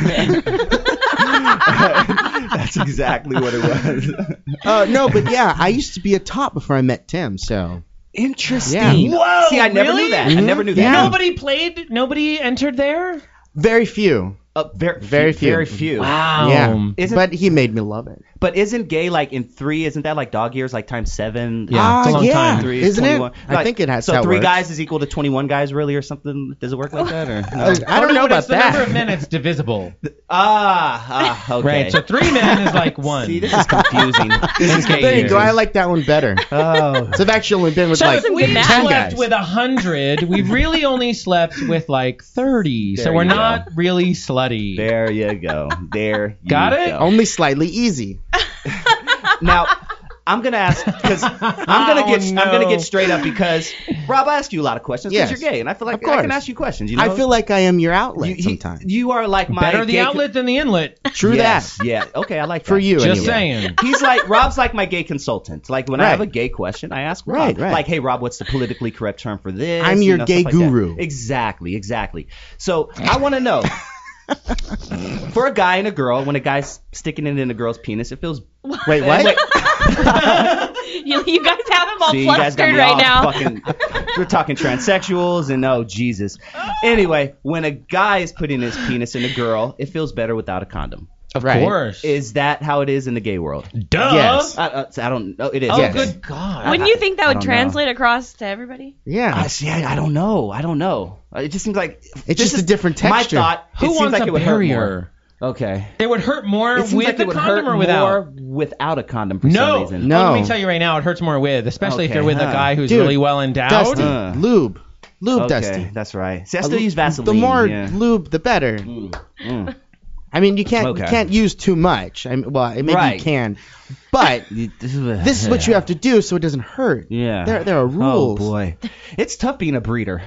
Speaker 14: (laughs)
Speaker 3: That's exactly what it was.
Speaker 4: Uh, no, but yeah, I used to be a top before I met Tim. So
Speaker 3: Interesting.
Speaker 4: Yeah.
Speaker 13: Whoa,
Speaker 3: See, I never
Speaker 13: really?
Speaker 3: knew that. I
Speaker 4: Mhm.
Speaker 3: never knew
Speaker 4: Yeah.
Speaker 3: that.
Speaker 13: Nobody played. Nobody entered there.
Speaker 4: very few.
Speaker 3: Uh, very,
Speaker 4: Very few.
Speaker 3: Very few.
Speaker 4: Yeah.
Speaker 3: Isn't,
Speaker 4: but he made me love it.
Speaker 3: (laughs) But isn't gay like in three? Isn't that like dog years, like times seven?
Speaker 4: Yeah, Ah, it's a long yeah. time.
Speaker 3: Three is
Speaker 4: Isn't it?
Speaker 3: 21.
Speaker 4: I think it has-
Speaker 3: So
Speaker 4: that
Speaker 3: three
Speaker 4: works.
Speaker 3: guys is equal to twenty-one guys, really, or something? Does it work like
Speaker 4: (laughs)
Speaker 3: that, or no?
Speaker 13: I don't know about it's The number of men it's divisible.
Speaker 3: (laughs) (laughs) Ah, ah, okay.
Speaker 13: Right. So three men is like one.
Speaker 3: (laughs) See, (laughs) this is
Speaker 13: (laughs)
Speaker 3: confusing.
Speaker 4: This is the thing. Go, I like that one better.
Speaker 3: oh.
Speaker 4: So I've actually only been with
Speaker 13: So
Speaker 4: like
Speaker 13: if we've
Speaker 4: 10
Speaker 13: slept
Speaker 4: guys.
Speaker 13: with a hundred. We've really only slept with like thirty,
Speaker 3: There
Speaker 13: so we're
Speaker 3: you
Speaker 13: not really slutty.
Speaker 3: There you go. There. You
Speaker 13: Got it?
Speaker 3: go.
Speaker 4: Only slightly easy.
Speaker 3: now I'm gonna ask because (laughs) I'm gonna
Speaker 13: Oh,
Speaker 3: get I'm gonna
Speaker 13: no.
Speaker 3: get straight up because Rob I asked you a lot of questions because
Speaker 4: Yes.
Speaker 3: you're gay and I feel like
Speaker 4: Of
Speaker 3: I can
Speaker 4: course.
Speaker 3: ask you questions. You know?
Speaker 4: I feel like I am your outlet
Speaker 3: You- he-
Speaker 4: sometimes.
Speaker 3: you are like my
Speaker 13: Better the
Speaker 3: gay co-
Speaker 13: outlet than the inlet.
Speaker 4: True
Speaker 3: Yes,
Speaker 4: that.
Speaker 3: Yeah. Okay. I like
Speaker 4: For
Speaker 3: that.
Speaker 4: you,
Speaker 13: Just
Speaker 4: anyway.
Speaker 13: saying.
Speaker 3: (laughs) He's like Rob's like my gay consultant. Like when I
Speaker 4: Right.
Speaker 3: have a gay question, I ask Rob.
Speaker 4: Right, right.
Speaker 3: Like, hey Rob, what's the politically correct term for this?
Speaker 4: I'm
Speaker 3: You
Speaker 4: your
Speaker 3: know,
Speaker 4: gay
Speaker 3: stuff like that.
Speaker 4: guru.
Speaker 3: Exactly, exactly. So I want to
Speaker 4: (laughs)
Speaker 3: know for a guy and a girl, when a guy's sticking it in a girl's penis, it feels
Speaker 4: Wait, what?
Speaker 5: (laughs) you, you guys have them all
Speaker 3: See, you guys
Speaker 5: flustered
Speaker 3: got me
Speaker 5: right
Speaker 3: all
Speaker 5: now.
Speaker 3: Fucking,
Speaker 5: (laughs)
Speaker 3: we're talking transsexuals and oh Jesus. Anyway, when a guy is putting his penis in a girl, it feels better without a condom.
Speaker 13: Of
Speaker 4: Right.
Speaker 13: course.
Speaker 3: Is that how it is in the gay world?
Speaker 13: Duh.
Speaker 4: Yes.
Speaker 3: I, uh, I don't know. It is.
Speaker 13: Oh,
Speaker 4: Yes.
Speaker 13: good God.
Speaker 5: Wouldn't you think that
Speaker 3: I
Speaker 5: would
Speaker 3: don't know.
Speaker 5: translate across to everybody?
Speaker 4: Yeah.
Speaker 3: I see. I, I don't know. I don't know. It just seems like
Speaker 4: It's
Speaker 3: this
Speaker 4: just a different
Speaker 3: My
Speaker 4: texture.
Speaker 3: thought. it
Speaker 13: Who
Speaker 3: seems
Speaker 13: wants
Speaker 3: like
Speaker 13: a
Speaker 3: it would Hurt more.
Speaker 13: barrier?
Speaker 3: Okay.
Speaker 13: It would hurt more
Speaker 3: It
Speaker 13: with
Speaker 3: seems like
Speaker 13: the
Speaker 3: it would
Speaker 13: condom
Speaker 3: hurt
Speaker 13: or without.
Speaker 3: more without a condom for some
Speaker 13: no.
Speaker 3: reason.
Speaker 4: No.
Speaker 13: Well, let me tell you right now, it hurts more with, especially if
Speaker 3: Okay,
Speaker 13: you're with
Speaker 3: huh.
Speaker 13: a guy who's
Speaker 4: Dude,
Speaker 13: really well endowed.
Speaker 4: Dusty.
Speaker 3: Uh.
Speaker 4: Lube. Lube
Speaker 3: Okay,
Speaker 4: Dusty.
Speaker 3: that's right.
Speaker 13: Uh,
Speaker 3: See, I
Speaker 4: A
Speaker 3: still
Speaker 4: lu-
Speaker 3: use Vaseline.
Speaker 4: Uh, The more
Speaker 3: yeah.
Speaker 4: lube, the better.
Speaker 3: Mm.
Speaker 4: I mean, you can't you
Speaker 3: Okay.
Speaker 4: can't use too much. I mean, well, maybe
Speaker 3: Right.
Speaker 4: you can, but
Speaker 3: (laughs)
Speaker 4: this is what you have to do so it doesn't hurt.
Speaker 3: Yeah.
Speaker 4: There there are rules.
Speaker 3: Oh boy, it's tough being a breeder.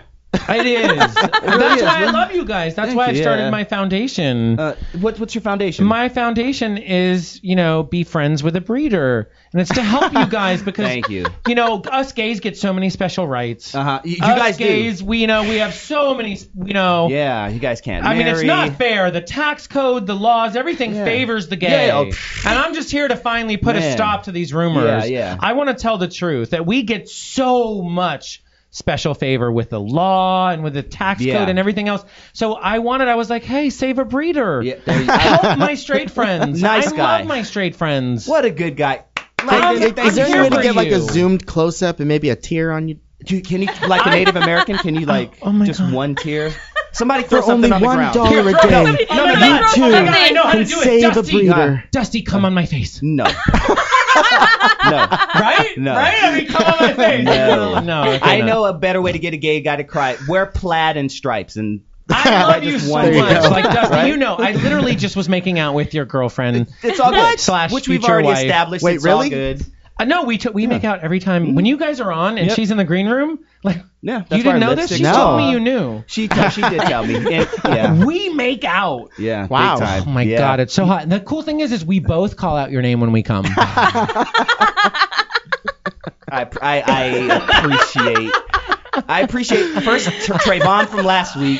Speaker 13: It
Speaker 3: (laughs)
Speaker 13: is. That's why I love you guys. That's
Speaker 3: Thank
Speaker 13: why
Speaker 3: you.
Speaker 13: I've started
Speaker 3: Yeah.
Speaker 13: my foundation.
Speaker 3: Uh, what, what's your foundation?
Speaker 13: my foundation is, you know, be friends with a breeder, and it's to help you
Speaker 3: (laughs)
Speaker 13: guys because
Speaker 3: Thank you.
Speaker 13: you know, us gays get so many special rights.
Speaker 3: Uh huh. You, you
Speaker 13: us
Speaker 3: guys
Speaker 13: gays, we you know we have so many, you know.
Speaker 3: do. Yeah, you guys can't.
Speaker 13: I mean, it's
Speaker 3: marry.
Speaker 13: not fair. The tax code, the laws, everything favors the gay.
Speaker 3: Yeah, oh,
Speaker 13: and I'm just here to finally put
Speaker 3: Man.
Speaker 13: a stop to these rumors.
Speaker 3: Yeah, yeah.
Speaker 13: I want to tell the truth that we get so much special favor with the law and with the tax
Speaker 3: Yeah.
Speaker 13: code and everything else. So I wanted, I was like, hey, save a breeder.
Speaker 3: Yeah, there you-
Speaker 13: Help my
Speaker 3: (laughs)
Speaker 13: straight friends.
Speaker 3: Nice
Speaker 13: I
Speaker 3: guy.
Speaker 13: love my straight friends.
Speaker 3: What a good guy.
Speaker 13: I'm-
Speaker 3: Like,
Speaker 13: I'm
Speaker 4: Is there any
Speaker 13: here
Speaker 4: way to
Speaker 13: for
Speaker 4: get like a
Speaker 13: you.
Speaker 4: zoomed close up and maybe a tear on you?
Speaker 3: Do you- can you like a Native American? Can you like
Speaker 13: Oh, oh my
Speaker 3: just
Speaker 13: God.
Speaker 3: one tear? Somebody throw
Speaker 4: For
Speaker 3: something
Speaker 4: only
Speaker 3: on the
Speaker 4: one
Speaker 3: ground.
Speaker 4: dollar
Speaker 3: Here,
Speaker 4: a
Speaker 3: throw-
Speaker 4: day.
Speaker 3: no,
Speaker 4: You
Speaker 3: no, no,
Speaker 13: my
Speaker 3: no,
Speaker 13: God,
Speaker 4: too
Speaker 13: oh my God, I know how to
Speaker 4: can
Speaker 13: do it.
Speaker 4: save a
Speaker 13: Dusty,
Speaker 4: breeder.
Speaker 13: Dusty, come on my face. (laughs)
Speaker 3: no, no.
Speaker 13: Right?
Speaker 3: No.
Speaker 13: Right? I mean, come on my face.
Speaker 3: No.
Speaker 13: okay,
Speaker 3: I
Speaker 13: no.
Speaker 3: know a better way to get a gay guy to cry. Wear plaid and stripes and. (laughs)
Speaker 13: I love you
Speaker 3: just
Speaker 13: so
Speaker 3: one
Speaker 13: much.
Speaker 4: There you go.
Speaker 13: Like Dusty,
Speaker 3: Right?
Speaker 13: you know, I literally just was making out with your girlfriend.
Speaker 3: It's all
Speaker 13: (laughs)
Speaker 3: good.
Speaker 13: Slash
Speaker 3: Which we've
Speaker 13: future
Speaker 3: already
Speaker 13: wife.
Speaker 3: established.
Speaker 4: Wait,
Speaker 3: it's all
Speaker 4: really?
Speaker 3: good.
Speaker 13: Uh, no, we t- we make out every time when you guys are on and
Speaker 3: Yep.
Speaker 13: she's in the green room. Like
Speaker 3: Yeah, that's
Speaker 13: you
Speaker 3: why
Speaker 13: didn't know this?
Speaker 3: lipstick's
Speaker 13: You
Speaker 4: No.
Speaker 13: told me
Speaker 3: on.
Speaker 13: you knew.
Speaker 3: She t- she did tell
Speaker 13: (laughs)
Speaker 3: me. And- yeah.
Speaker 13: We make out.
Speaker 3: Yeah.
Speaker 4: Wow.
Speaker 3: Big time.
Speaker 13: Oh my
Speaker 3: Yeah.
Speaker 13: god, it's so hot. And the cool thing is, is we both call out your name when we
Speaker 3: (laughs)
Speaker 13: come.
Speaker 3: I, I, I appreciate. I appreciate first Tr- Trayvon from last week.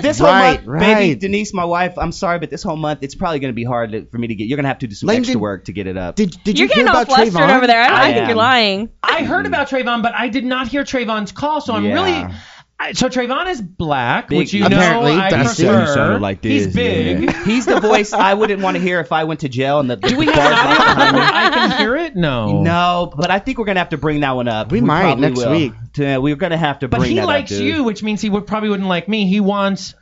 Speaker 3: This whole
Speaker 4: Right,
Speaker 3: month, baby
Speaker 4: right.
Speaker 3: Denise, my wife. I'm sorry, but this whole month it's probably going to be hard to, for me to get. You're going to have to do some
Speaker 4: Lame,
Speaker 3: extra
Speaker 4: did-
Speaker 3: work to get it up.
Speaker 4: Did did
Speaker 5: you're
Speaker 4: you hear
Speaker 5: getting all
Speaker 4: about
Speaker 5: flustered
Speaker 4: Trayvon?
Speaker 5: over there. I, don't,
Speaker 3: I
Speaker 5: I think
Speaker 3: am.
Speaker 5: you're lying.
Speaker 13: I heard about Trayvon, but I did not hear Trayvon's call, so I'm
Speaker 3: Yeah.
Speaker 13: really. I, so Trayvon is black, which
Speaker 3: Big-
Speaker 13: you
Speaker 4: Apparently,
Speaker 13: know I
Speaker 4: that's
Speaker 3: why you
Speaker 13: prefer.
Speaker 3: sounded like
Speaker 13: He's
Speaker 3: this,
Speaker 13: big.
Speaker 3: yeah. He's the voice I wouldn't want to hear if I went to jail. And the,
Speaker 13: Do we have an audio clip where I can hear it? No.
Speaker 3: No, but I think we're gonna have to bring that one up.
Speaker 4: We might
Speaker 3: probably
Speaker 4: next
Speaker 3: will.
Speaker 4: week.
Speaker 3: Yeah, we're gonna have to
Speaker 13: But
Speaker 3: bring
Speaker 13: he
Speaker 3: that up,
Speaker 13: likes
Speaker 3: dude.
Speaker 13: you, which means he would probably wouldn't like me. He wants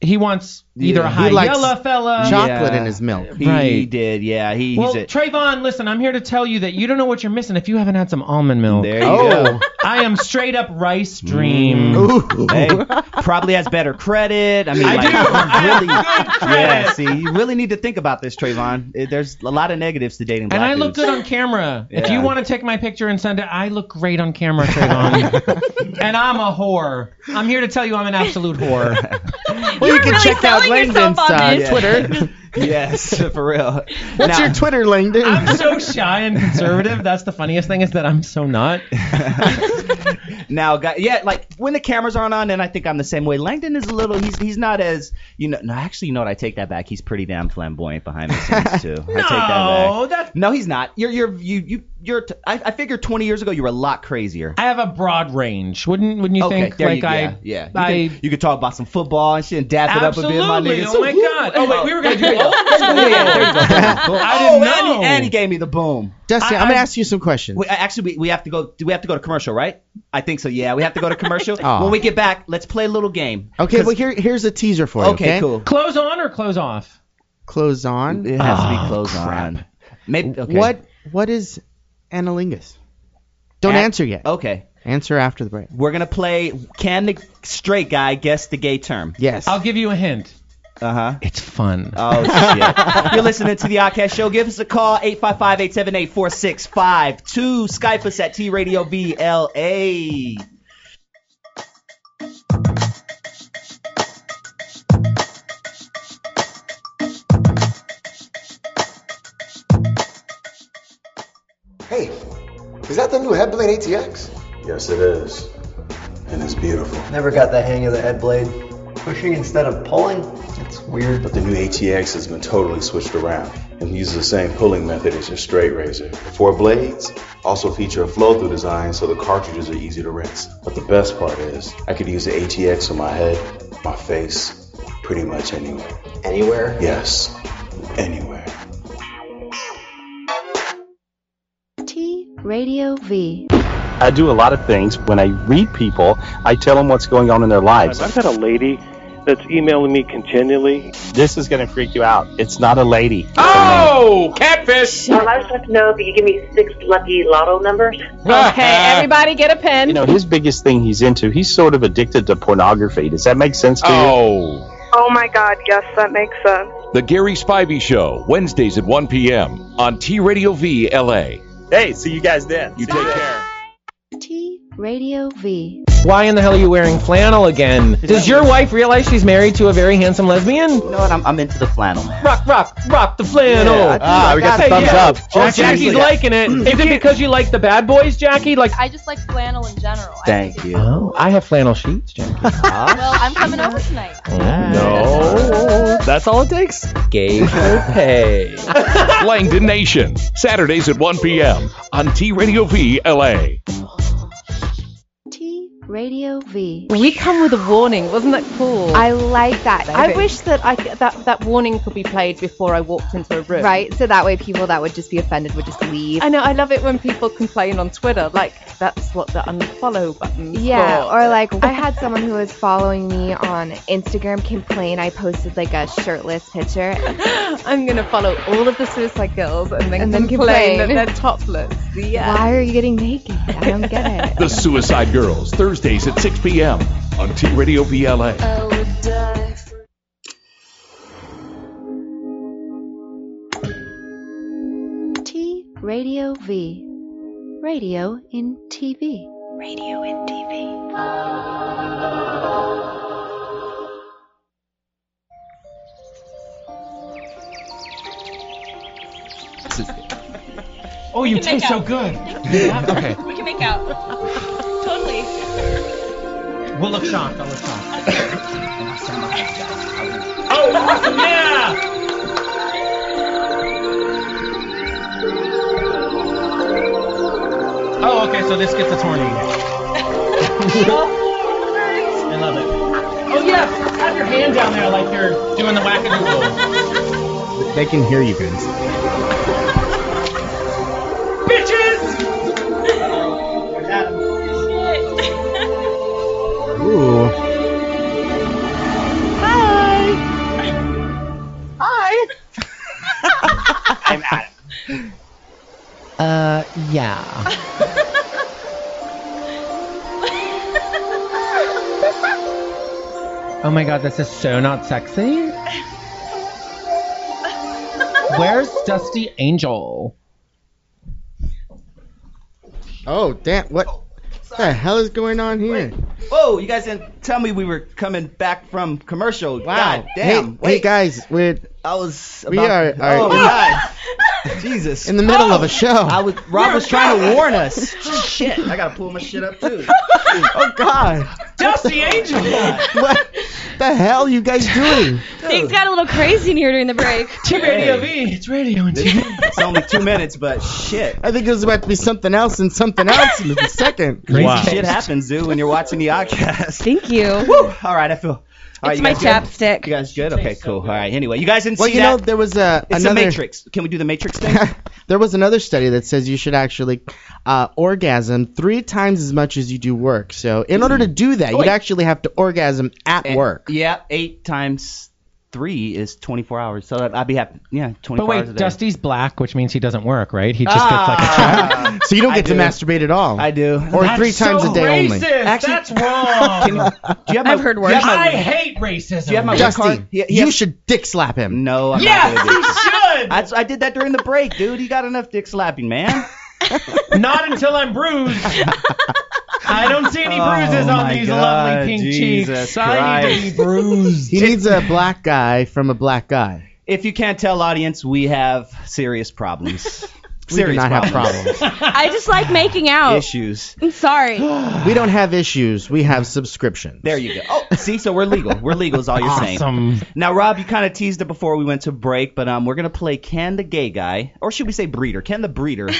Speaker 13: he wants either
Speaker 3: Yeah.
Speaker 13: a
Speaker 3: He
Speaker 13: high
Speaker 4: likes
Speaker 13: yellow fella.
Speaker 4: Chocolate
Speaker 3: Yeah.
Speaker 4: in his milk.
Speaker 3: He
Speaker 13: Right.
Speaker 3: did, yeah. He,
Speaker 13: Well,
Speaker 3: he's a,
Speaker 13: Trayvon, listen, I'm here to tell you that you don't know what you're missing if you haven't had some almond milk.
Speaker 3: there you
Speaker 4: Oh.
Speaker 13: I am straight up rice dream.
Speaker 4: Ooh.
Speaker 13: (laughs)
Speaker 3: go. Mm. Hey, probably has better credit. I mean,
Speaker 13: I
Speaker 3: like,
Speaker 13: do. I
Speaker 3: you
Speaker 13: have
Speaker 3: really,
Speaker 13: good credit.
Speaker 3: yeah. See, you really need to think about this, Trayvon. Eh, There's a lot of negatives to dating black
Speaker 13: And I look good
Speaker 3: dudes.
Speaker 13: on camera. If
Speaker 3: Yeah.
Speaker 13: you want to take my picture and send it, I look great on camera,
Speaker 3: (laughs)
Speaker 13: Trayvon. and I'm a whore. I'm here to tell you I'm an absolute whore.
Speaker 5: (laughs)
Speaker 4: Well, you
Speaker 5: You're
Speaker 4: can
Speaker 5: really
Speaker 4: check out
Speaker 5: selling
Speaker 4: Langdon's
Speaker 5: yourself on
Speaker 4: uh,
Speaker 5: this.
Speaker 3: (laughs)
Speaker 4: Twitter.
Speaker 3: yes, for real.
Speaker 4: What's your Twitter, Langdon?
Speaker 13: I'm so shy and conservative. That's the funniest thing is that I'm so not.
Speaker 3: now, guy, yeah, like when the cameras aren't on, then I think I'm the same way. Langdon is a little. He's he's not as you know. No, actually, you know what? I take that back. Hehe's pretty damn flamboyant behind the scenes too. I
Speaker 13: (laughs)
Speaker 3: take
Speaker 13: No,
Speaker 3: that back. no, he's not. You're you're you you you're. T- I, I figured 20 years ago you were a lot crazier.
Speaker 13: I have a broad range. Wouldn't wouldn't you
Speaker 3: okay,
Speaker 13: think?
Speaker 3: there
Speaker 13: Like
Speaker 3: you,
Speaker 13: I
Speaker 3: yeah, yeah. You,
Speaker 13: I-
Speaker 3: can, you can talk about some football and shit and dap it up a bit, my
Speaker 13: Absolutely.
Speaker 3: nigga.
Speaker 13: Oh
Speaker 3: So
Speaker 13: my
Speaker 3: woo.
Speaker 13: God. Oh, wait, we were (laughs) gonna do
Speaker 3: There you go.
Speaker 13: old school.
Speaker 3: Yeah, there you
Speaker 13: (laughs)
Speaker 3: go.
Speaker 13: I didn't
Speaker 3: Oh, and he-
Speaker 13: know.
Speaker 3: and he gave me the boom.
Speaker 4: Dusty, I, am gonna ask you some questions.
Speaker 3: We, actually, we, we have to go. Do we have to go to commercial, right? I think so. Yeah, we have to go to
Speaker 4: (laughs)
Speaker 3: commercial.
Speaker 4: Aw.
Speaker 3: When we get back, let's play a little game.
Speaker 4: Ah. Okay,
Speaker 3: 'Cause
Speaker 4: well here here's a teaser for you.
Speaker 3: Okay, cool.
Speaker 13: Close on or close off?
Speaker 4: Close on.
Speaker 3: It has to
Speaker 13: Oh,
Speaker 3: be close on. Maybe okay.
Speaker 4: What what is analingus? Don't
Speaker 3: An-
Speaker 4: answer yet.
Speaker 3: Okay,
Speaker 4: Answer after the break.
Speaker 3: we're gonna play. Can the straight guy guess the gay term?
Speaker 4: Yes.
Speaker 13: I'll give you a hint.
Speaker 3: Uh huh.
Speaker 13: It's fun.
Speaker 3: (laughs) Oh shit. (laughs) You're listening to the Outcast Show. Give us a call 855-878-4652. Skype us at T Radio VLA.
Speaker 15: Hey, is that the new Headblade ATX?
Speaker 16: Yes, it is. And it's beautiful.
Speaker 15: Never got the hang of the head blade. Pushing instead of pulling? It's weird.
Speaker 16: But the new ATX has been totally switched around and uses the same pulling method as your straight razor. Four blades also feature a flow through design so the cartridges are easy to rinse. But the best part is, I could use the ATX on my head, my face, pretty much anywhere.
Speaker 15: Anywhere?
Speaker 16: Yes, anywhere.
Speaker 1: T Radio V.
Speaker 11: I do a lot of things. When I read people, I tell them what's going on in their lives.
Speaker 17: I've got a lady that's emailing me continually.
Speaker 11: This is going to freak you out. It's not a lady.
Speaker 9: Oh, catfish!
Speaker 7: Um, I just want to know if you could give me six lucky lotto numbers.
Speaker 11: Okay,
Speaker 7: everybody get a pen.
Speaker 11: You know, his biggest thing he's into, he's sort of addicted to pornography. Does that make sense to
Speaker 9: you? Oh.
Speaker 6: Oh my God, yes, that makes sense.
Speaker 9: The Gary Spivey Show, Wednesdays at 1 p.m. on T Radio V LA.
Speaker 11: Hey, see you guys then. You take care.
Speaker 1: T Radio V.
Speaker 13: Why in the hell are you wearing flannel again? Does your wife realize she's married to a very handsome lesbian? You
Speaker 3: know what? I'm, I'm into the flannel, man.
Speaker 13: Rock, rock, rock the flannel.
Speaker 3: Yeah, I think I got
Speaker 13: Hey,
Speaker 3: thumbs
Speaker 13: yeah.
Speaker 3: up.
Speaker 13: Oh,
Speaker 3: Jackie-
Speaker 13: Jackie's
Speaker 3: Yeah.
Speaker 13: liking
Speaker 3: (clears throat)
Speaker 13: it. Is it because you like the bad boys, Jackie? Like,
Speaker 5: I just like flannel in general.
Speaker 3: Thank you.
Speaker 13: Oh, I have flannel sheets, Jackie.
Speaker 5: (laughs)
Speaker 13: Oh,
Speaker 5: Well, I'm coming over
Speaker 13: (laughs)
Speaker 5: tonight.
Speaker 11: No, that's all it takes.
Speaker 13: Gay pay.
Speaker 9: Langdon Nation, Saturdays at 1 p.m. on T Radio V LA.
Speaker 1: Radio V.
Speaker 18: We come with a warning. Wasn't that cool? I like that. I
Speaker 19: Baby.
Speaker 18: wish that I c- that that warning could be played before I walked into a room.
Speaker 19: Right, so that way people that would just be offended would just leave.
Speaker 18: I know. I love it when people complain on Twitter. Like that's what the unfollow button.
Speaker 19: Yeah, or like I had someone who was following me on Instagram complain I posted like a shirtless picture.
Speaker 18: (laughs) I'm gonna follow all of the Suicide Girls and then,
Speaker 19: And then
Speaker 18: complain,
Speaker 19: complain.
Speaker 18: that they're topless. Yeah.
Speaker 19: Why are you getting naked? I don't get
Speaker 9: (laughs)
Speaker 19: it.
Speaker 9: The Suicide Girls, Thursdays at 6 p.m. on T Radio VLA.
Speaker 1: T Radio V. Radio in TV. Radio in TV.
Speaker 13: Oh, you taste so good.
Speaker 3: (laughs)
Speaker 13: Yeah, okay.
Speaker 5: We can make out. totally.
Speaker 13: We'll look shocked. I'll look shocked.
Speaker 5: Oh, yeah!
Speaker 13: Oh, okay. So this gets a
Speaker 5: (laughs)
Speaker 13: horny. I love it. Oh yeah, have your hand down there like you're doing the wackadoodle.
Speaker 5: (laughs)
Speaker 4: They can hear you guys.
Speaker 13: Bitches!
Speaker 4: Ooh.
Speaker 18: Hi.
Speaker 13: Uh,
Speaker 5: (laughs)
Speaker 13: yeah. Oh my god, this is so not sexy. Where's Dusty Angel?
Speaker 4: Oh damn! What? What the hell is going on here?
Speaker 3: Whoa, Oh, you guys didn't tell me we were coming back from commercial. Wow. God damn.
Speaker 4: hey, hey
Speaker 3: Wait,
Speaker 4: guys, we're
Speaker 3: I was about,
Speaker 4: We are- are-
Speaker 3: Oh,
Speaker 5: (laughs)
Speaker 3: God. Jesus. Oh.
Speaker 4: in the middle of a show.
Speaker 3: I was Rob was trying to warn us.
Speaker 4: (laughs)
Speaker 3: Shit, I gotta pull my shit up too.
Speaker 4: oh God,
Speaker 3: Dusty Angel.
Speaker 4: what the hell are you guys doing?
Speaker 5: Things got a little crazy in here during the
Speaker 3: (laughs)
Speaker 5: break.
Speaker 13: Too
Speaker 3: Radio
Speaker 13: V. It's radio and
Speaker 3: TV. It's only two minutes, but shit.
Speaker 4: I think it was about to be something else and (laughs) something else in the second.
Speaker 3: Crazy shit happens, dude, when you're watching the podcast.
Speaker 5: Thank you.
Speaker 3: (laughs) Woo. All right, I feel. All right,
Speaker 5: It's
Speaker 3: you
Speaker 5: my
Speaker 3: guys good?
Speaker 5: chapstick.
Speaker 3: You guys good? Okay, cool. All right. Anyway, you guys didn't
Speaker 4: Well,
Speaker 3: see
Speaker 4: you
Speaker 3: that.
Speaker 4: know, there was a
Speaker 3: it's
Speaker 4: another
Speaker 3: a Matrix. Can we do the Matrix
Speaker 4: (laughs)
Speaker 3: thing?
Speaker 4: there was another study that says you should actually uh, orgasm three times as much as you do work. So in order to do that,
Speaker 3: Oh,
Speaker 4: you'd
Speaker 3: wait.
Speaker 4: actually have to orgasm at
Speaker 3: And-
Speaker 4: work.
Speaker 3: Yeah, eight times three is 24 hours. So that- I'd be happy. Yeah, 24
Speaker 13: But
Speaker 3: hours a
Speaker 13: wait,
Speaker 3: day.
Speaker 13: Dusty's black, which means he doesn't work, right? He just
Speaker 4: Ah. (laughs) So you don't
Speaker 3: I
Speaker 4: get to
Speaker 3: do.
Speaker 4: masturbate at all. I
Speaker 3: do.
Speaker 4: Or three times a day only.
Speaker 3: Actually-
Speaker 13: That's wrong.
Speaker 3: Do you have my, (laughs) I've heard
Speaker 13: worse. I hate racism.
Speaker 3: Do you have my
Speaker 4: Dusty,
Speaker 3: card? He- he
Speaker 4: you
Speaker 3: has-
Speaker 4: should dick slap him.
Speaker 3: No, I'm
Speaker 13: Yes,
Speaker 3: not gonna do it.
Speaker 13: should.
Speaker 3: I, I did that during the break, dude. You got enough dick slapping, man.
Speaker 13: (laughs) Not until I'm bruised. I don't see any bruises
Speaker 3: Oh
Speaker 13: on
Speaker 3: my
Speaker 13: these
Speaker 3: God,
Speaker 13: lovely pink
Speaker 3: Jesus
Speaker 13: cheeks. I need to be
Speaker 3: Christ.
Speaker 13: bruised.
Speaker 4: He needs a black guy from a black guy.
Speaker 3: If you can't tell, audience, we have serious
Speaker 13: (laughs)
Speaker 3: problems.
Speaker 4: We do
Speaker 3: serious
Speaker 4: not have
Speaker 3: problems.
Speaker 5: I just like making
Speaker 3: Oh.
Speaker 5: out.
Speaker 3: Issues.
Speaker 5: I'm
Speaker 3: (sighs)
Speaker 5: sorry.
Speaker 4: We don't have issues. We have subscriptions.
Speaker 3: There you go. Oh, see, so we're legal. We're legal is all you're saying. Now, Rob, you kind of teased it before we went to break, but um, we're gonna play Can the Gay Guy, or should we say Breeder? Can the Breeder?
Speaker 4: (laughs)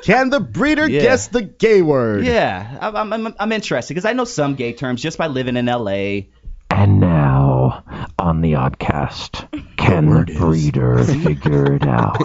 Speaker 4: (laughs) Can the breeder
Speaker 3: Yeah.
Speaker 4: guess the gay word?
Speaker 3: yeah, I'm- I'm, I'm, I'm interested because I know some gay terms just by living in L.A.
Speaker 20: And now, on the (laughs) oddcast, can Breeder figure it (laughs) out?